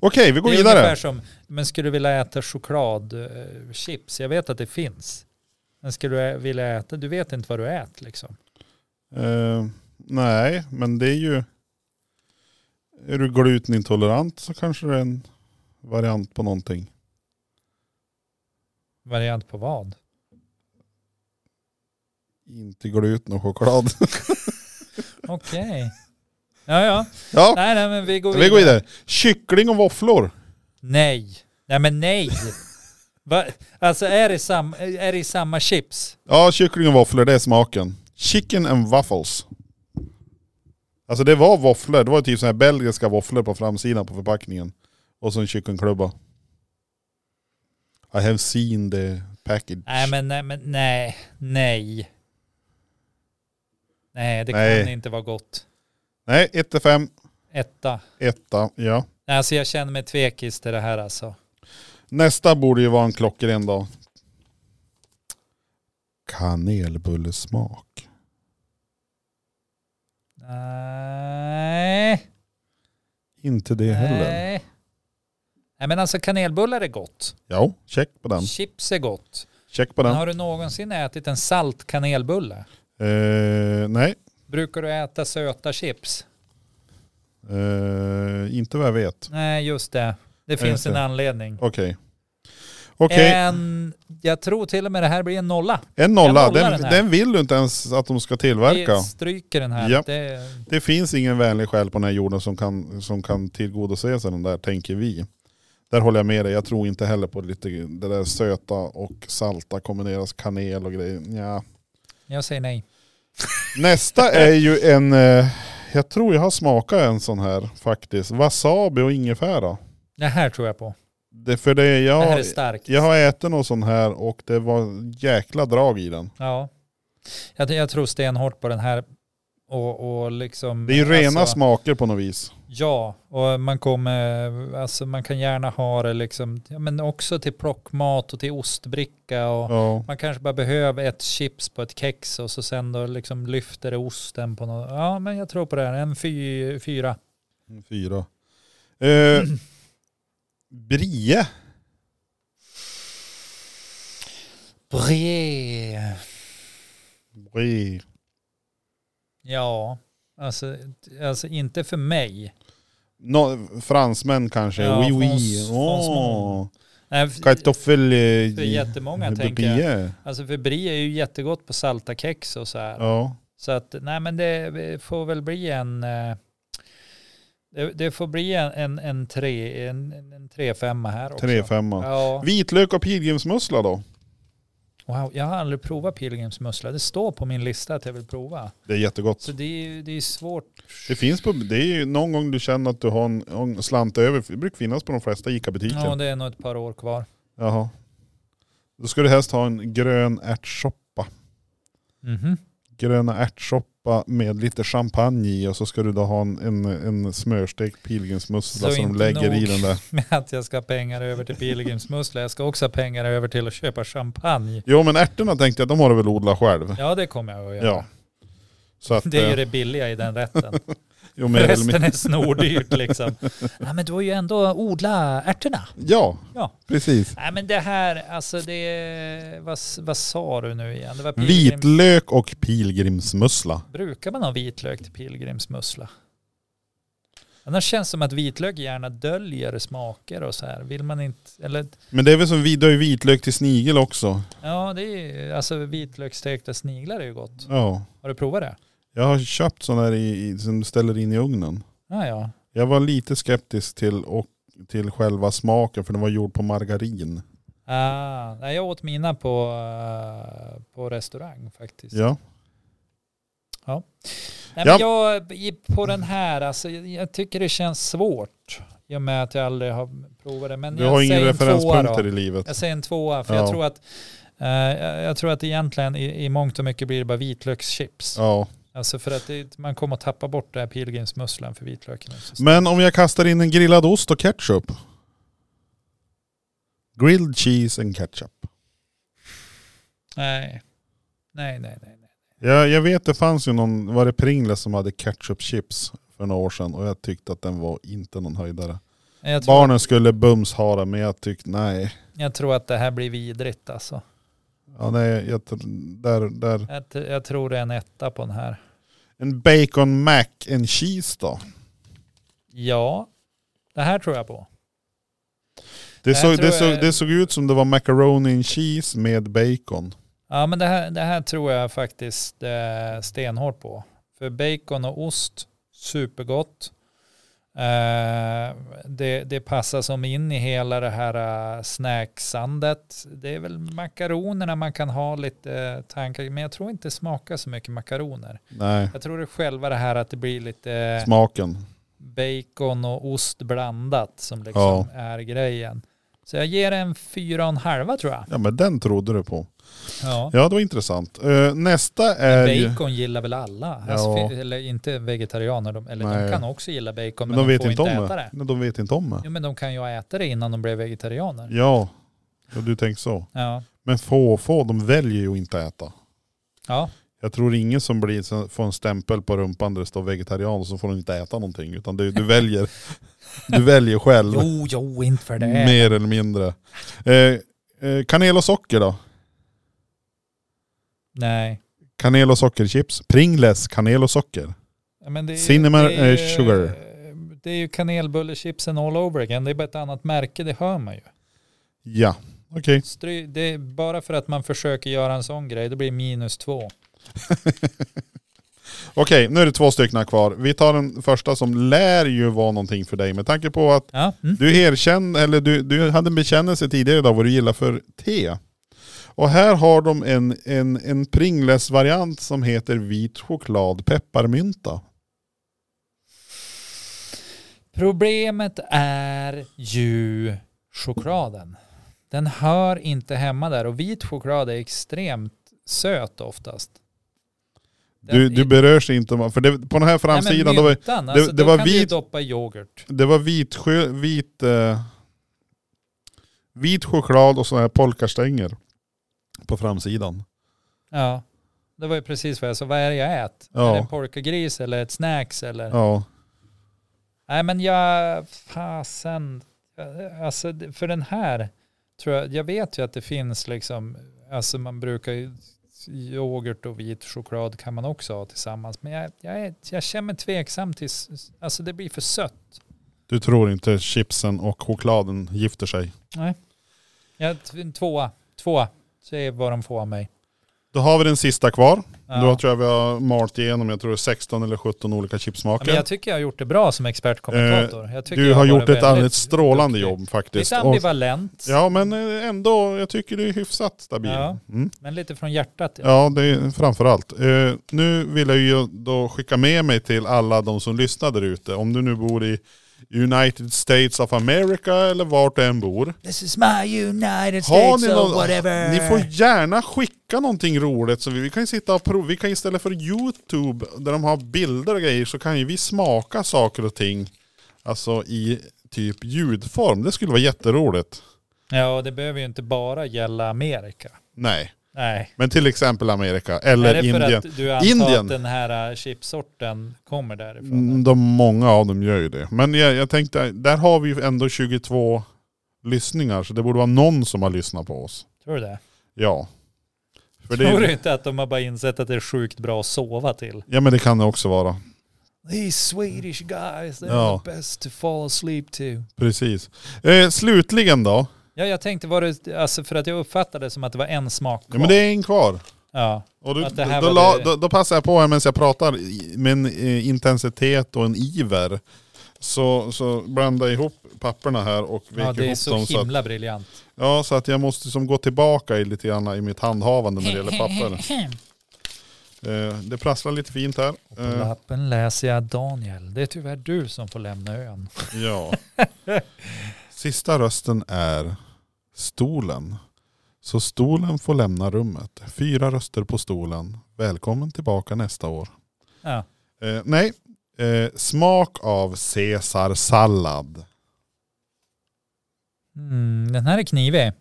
Okej, vi går
Typ. det är
vidare.
ungefär som, men skulle du vilja äta chokladchips? Jag vet att det finns. Men skulle du ä- vilja äta, du vet inte vad du äter liksom.
Eh, nej, men det är ju... Är du glutenintolerant så kanske det är en variant på någonting.
Variant på vad?
Inte gluten och choklad. (laughs)
Okej. Ja, ja.
ja,
Nej, nej, men vi går
vi går vidare. Kyckling och våfflor.
Nej. Nej, men nej. Va? Alltså är det, sam, är det samma chips?
Ja, kyckling och våfflor, det är smaken. Chicken and waffles. Alltså det var våfflor, det var typ sådana här belgiska våfflor på framsidan på förpackningen. Och så en kycklingklubba. I have seen the package.
Nej men nej, men, nej, nej. Nej, det kan
Nej.
inte vara gott.
Nej, 1 till 5,
Etta.
etta, ja.
Nej, Alltså jag känner mig tvekis till det här alltså.
Nästa borde ju vara en klockren dag. Kanelbullesmak.
Nej.
Inte det heller.
Nej. Nej men alltså kanelbullar är gott.
Ja, check på den.
Chips är gott.
Check på
Men
den.
har du någonsin ätit en salt kanelbulle?
Eh, nej,
Brukar du äta söta chips?
eh, inte vad jag vet.
Nej just det. Det finns
just
en
det.
anledning.
Okej. Okej,
Eh, En, jag tror till och med det här blir en nolla.
en nolla.
en nolla
Den,
den här.
den vill du inte ens att de ska tillverka.
Vi stryker den här.
Ja.
Det,
Det finns ingen vänlig själ på den här jorden som kan, som kan tillgodose sig den där, tänker vi. Där håller jag med dig. Jag tror inte heller på lite, det där söta och salta kombineras kanel och grejer. Nja.
jag säger nej.
Nästa är ju en, eh, jag tror jag har smakat en sån här faktiskt. Wasabi och ingefära.
Det här tror jag på.
Det, för det, jag,
det här är starkt.
jag har ätit någon sån här och det var jäkla drag i den.
Ja. Jag, jag tror stenhårt på den här. Och, och liksom,
Det är ju rena
alltså,
smaker på något vis.
Ja, och man kommer, alltså man kan gärna ha det liksom, ja, men också till plockmat och till ostbricka och
Ja.
man kanske bara behöver ett chips på ett kex och så sen då liksom lyfter det osten på något. Ja, men jag tror på det här. En fy, fyra.
Fyra.
(clears throat)
Eh, Brie.
Bre.
Brie.
Ja, alltså, alltså inte för mig.
Nå, fransmän kanske.
Ja,
oui oui.
frans-
Åh.
fransmän. Nej, för-
Kartoffel. eh,
För jättemånga
de
tänker jag.
brie.
Alltså för brie är ju jättegott på salta kex och så här.
Ja.
Så att nej men det får väl bli en eh, det, det får bli en, en, en, tre, en, en en trefemma här också.
Tre femma.
Ja.
Vitlök och pilgrimsmussla då?
Wow, jag har aldrig provat pilgrimsmussla. Det står på min lista att jag vill prova.
Det är jättegott.
Så det är ju det är svårt.
Det finns på, det är ju någon gång du känner att du har en, en slant över. Det brukar finnas på de flesta ICA-butiker.
Ja, det är nog ett par år kvar.
Jaha. Då ska du helst ha en grön ärtsoppa.
Mhm. (laughs)
gröna ärtsoppa med lite champagne i och så ska du då ha en, en, en smörstekt pilgrimsmussla
Så
som de
inte
lägger i
nog.
den där.
Med att jag ska ha pengar över till pilgrimsmussla. Jag ska också ha pengar över till att köpa champagne.
Jo men ärtorna tänkte jag, de har du väl odlat själv?
Ja, det kommer jag att
Ja.
göra.
Så att,
(laughs) Det är ju
eh,
det billiga i den rätten.
Jo, mer eller mindre.
Resten är snordyrt liksom.
(laughs)
Ja, men du har ju ändå odla ärtorna.
Ja,
Ja.
precis.
Nej men det här, alltså det, vad, vad sa du nu igen? Det var pilgrim-
Vitlök och pilgrimsmussla.
Brukar man ha vitlök till pilgrimsmussla? Annars känns det som att vitlök gärna döljer smaker och så här. Vill man inte, eller
Men det är väl som, vi har ju vitlök till snigel också.
ja det är ju, alltså vitlöksstekta sniglar är ju gott.
Ja.
Har du provat det?
Jag har köpt sådana här i, i, som du ställer in i ugnen.
Ja ja.
Jag var lite skeptisk till, och, till själva smaken för den var gjord på margarin.
Ah, nej, jag åt mina på, eh, på restaurang faktiskt.
Ja.
Nej,
Ja.
men jag, i- på den här, alltså, jag jag tycker det känns svårt i och med att jag aldrig har provat det. Men
Du
jag
har ingen
säger en tvåa då.
referenspunkter i livet.
Jag säger en tvåa, för
Ja.
jag, tror att, eh, jag jag tror att egentligen i, i mångt och mycket blir det bara vitlökschips.
Ja.
Alltså för att det, man kommer att tappa bort det här pilgrimsmusslan för vitlöken. är så stor.
Men om jag kastar in en grillad ost och ketchup? Grilled cheese and ketchup.
Nej. Nej, nej, nej. nej.
Jag, jag vet det fanns ju någon, var det Pringles som hade ketchup chips för några år sedan och jag tyckte att den var inte någon höjdare.
Jag tror,
Barnen skulle bums ha det men jag tyckte nej.
jag tror att det här blir vidrigt alltså.
Ja, nej jag, tr- där, där.
Jag, t- jag tror det är en etta på den här.
En bacon mac and cheese då?
Ja, det här tror jag på.
Det
Jag
såg,
tror eh,
det, såg,
jag-
det såg ut som det var macaroni and cheese med bacon.
Ja, men det här, det här tror jag faktiskt eh, stenhårt på. För bacon och ost, supergott. Eh, det, det passar som in i hela det här eh, snacksandet. Det är väl makaronerna man kan ha lite eh, tankar, men jag tror inte det smakar så mycket makaroner.
Nej,
Jag tror det är själva det här att det blir lite eh,
smaken.
bacon och ost blandat som liksom
Ja.
är grejen. Så jag ger en fyra och en halva tror jag.
Ja men den trodde du på.
Ja.
Ja det var intressant. Eh, nästa är ju...
Bacon gillar väl alla?
Ja.
Alltså, fi- eller inte vegetarianer, de, eller
Nej.
de kan också gilla bacon
Men
men,
de vet
får
inte
inte,
om
äta
det.
det.
Nej, De vet inte om det.
Jo men de kan ju äta det innan de blev vegetarianer.
Ja, ja du tänker så.
Ja.
Men få få, de väljer ju att inte äta.
Ja.
Jag tror ingen som blir, som får en stämpel på rumpan där det står vegetarian och så får de inte äta någonting. Utan du, du väljer du väljer själv.
Jo, jo, inte för det.
Mer eller mindre. Eh, eh, kanel och socker då?
Nej.
Kanel och sockerchips. Pringles, kanel och socker.
Ja, Men det är,
Cinnamon,
det är,
eh, sugar.
Det är ju kanelbullechipsen all over again. Det är bara ett annat märke, det hör man ju.
Ja, okej.
Stry, det är bara för att man försöker göra en sån grej, det blir minus två.
Okej, nu är det två stycken kvar. Vi tar den första som lär ju vara någonting för dig med tanke på att
Ja. Mm.
du erkände, eller du, du hade en bekännelse tidigare idag vad du gillar för te. Och här har de en, en, en Pringles-variant som heter vit choklad pepparmynta.
Problemet är ju chokladen. Den hör inte hemma där och vit choklad är extremt söt oftast. Den
Du,
är-
du berörs inte om, för det, på den här
Nej, men
framsidan, då var,
myntan,
det-
alltså,
det
då
var
kan du ju
vit-
doppa i yoghurt.
Det var vit, sjö, vit, eh, vit choklad och sådana här polkastänger på framsidan.
Ja, det var ju precis vad jag sa. Vad är det jag äter?
Ja.
Är det en porkagris eller ett snacks eller?
Ja,
Nej men jag, fasen. Alltså det- för den här tror jag, jag vet ju att det finns liksom, alltså man brukar ju, yoghurt och vit choklad kan man också ha tillsammans. Men jag, jag, är, jag känner mig tveksam till, s- alltså det blir för sött.
du tror inte chipsen och chokladen gifter sig.
Jag, t- tvåa, tvåa, det är vad de får av mig.
Då har vi den sista kvar.
Ja.
Då tror jag vi har malt igenom, jag tror det är 16 eller 17 olika
Ja, Men
chipsmaker.
jag tycker jag har gjort det bra som expertkommentator. Jag tycker
Eh, du
jag
har
varit
gjort ett
väldigt
alldeles strålande
duktig.
jobb faktiskt.
Lite
Och,
ambivalent,
ja men eh, ändå, jag tycker du är hyfsat stabil.
Ja.
Mm.
men lite från hjärtat. Ja.
Ja, det är framförallt. Eh, nu vill jag ju då skicka med mig till alla de som lyssnar där ute. Om du nu bor i United States of America eller vart du än bor.
This is my United
Har
States
ni,
of
någon,
whatever.
ni får gärna skicka någonting roligt. Så vi, vi kan ju sitta och prov, vi kan istället för YouTube där de har bilder och grejer så kan ju vi smaka saker och ting. Alltså i typ ljudform. Det skulle vara jätteroligt.
Ja, och det behöver ju inte bara gälla Amerika.
Nej,
Nej.
men till exempel Amerika
är
eller
det
Indien.
för att du antar
Indien.
att den här äh, chipsorten kommer därifrån?
Mm, De, många av dem gör ju det. Men jag, jag tänkte, där har vi ju ändå 22 lyssningar så det borde vara någon som har lyssnat på oss.
Tror du det?
Ja. För
Tror du
det
inte att de har bara insett att det är sjukt bra att sova till?
ja men det kan det också vara.
These Swedish guys, they're
Ja.
the best to fall asleep to.
Precis. Eh, slutligen då.
Ja, jag tänkte var det, alltså för att jag uppfattade det som att det var en smak
Ja, men det är en kvar.
ja.
Och du,
Att det här
då,
var
la,
det-
då, då passar jag på här medan jag pratar i- med en eh, intensitet och en iver. Så, så blandar jag ihop papperna här och vek
ja, det är
ihop
så
dem. Så att,
himla briljant.
ja, så att jag måste som gå tillbaka i lite grann i mitt handhavande när
(laughs)
det gäller papper. Eh, det prasslar lite fint här.
Och på
Eh,
lappen läser jag Daniel. Det är tyvärr du som får lämna ön.
Eh,
(laughs)
ja. Sista rösten är stolen. Så stolen får lämna rummet. Fyra röster på stolen. Välkommen tillbaka nästa år.
Ja.
Eh, nej. Eh, smak av caesarsallad.
Mm, den här är knivig.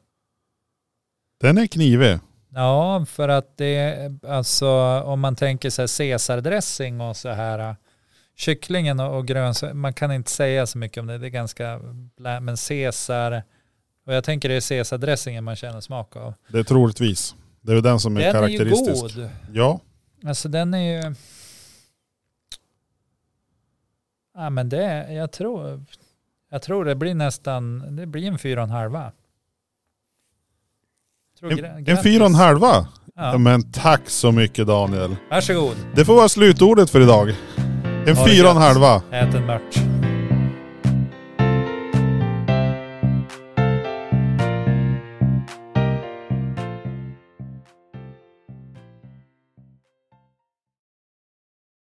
Den är knivig.
Ja, för att det, alltså om man tänker så här Caesardressing och så här, äh, kycklingen och, och grönsaker, man kan inte säga så mycket om det, det är ganska, blä, men Caesar, och jag tänker det är Caesardressingen man känner smak av.
Det är troligtvis. Det är den som är
Den är ju
karaktäristisk.
god,
Ja.
alltså den är ju, ja men det, jag tror, jag tror det blir nästan, det blir en fyra och en halva. Jag tror gra-
En, en
grattis.
fyra och en halva.
Ja.
Men tack så mycket Daniel.
Varsågod,
Det får vara slutordet för idag. En
Ha det
fyra och en
gött.
halva.
ät en mört.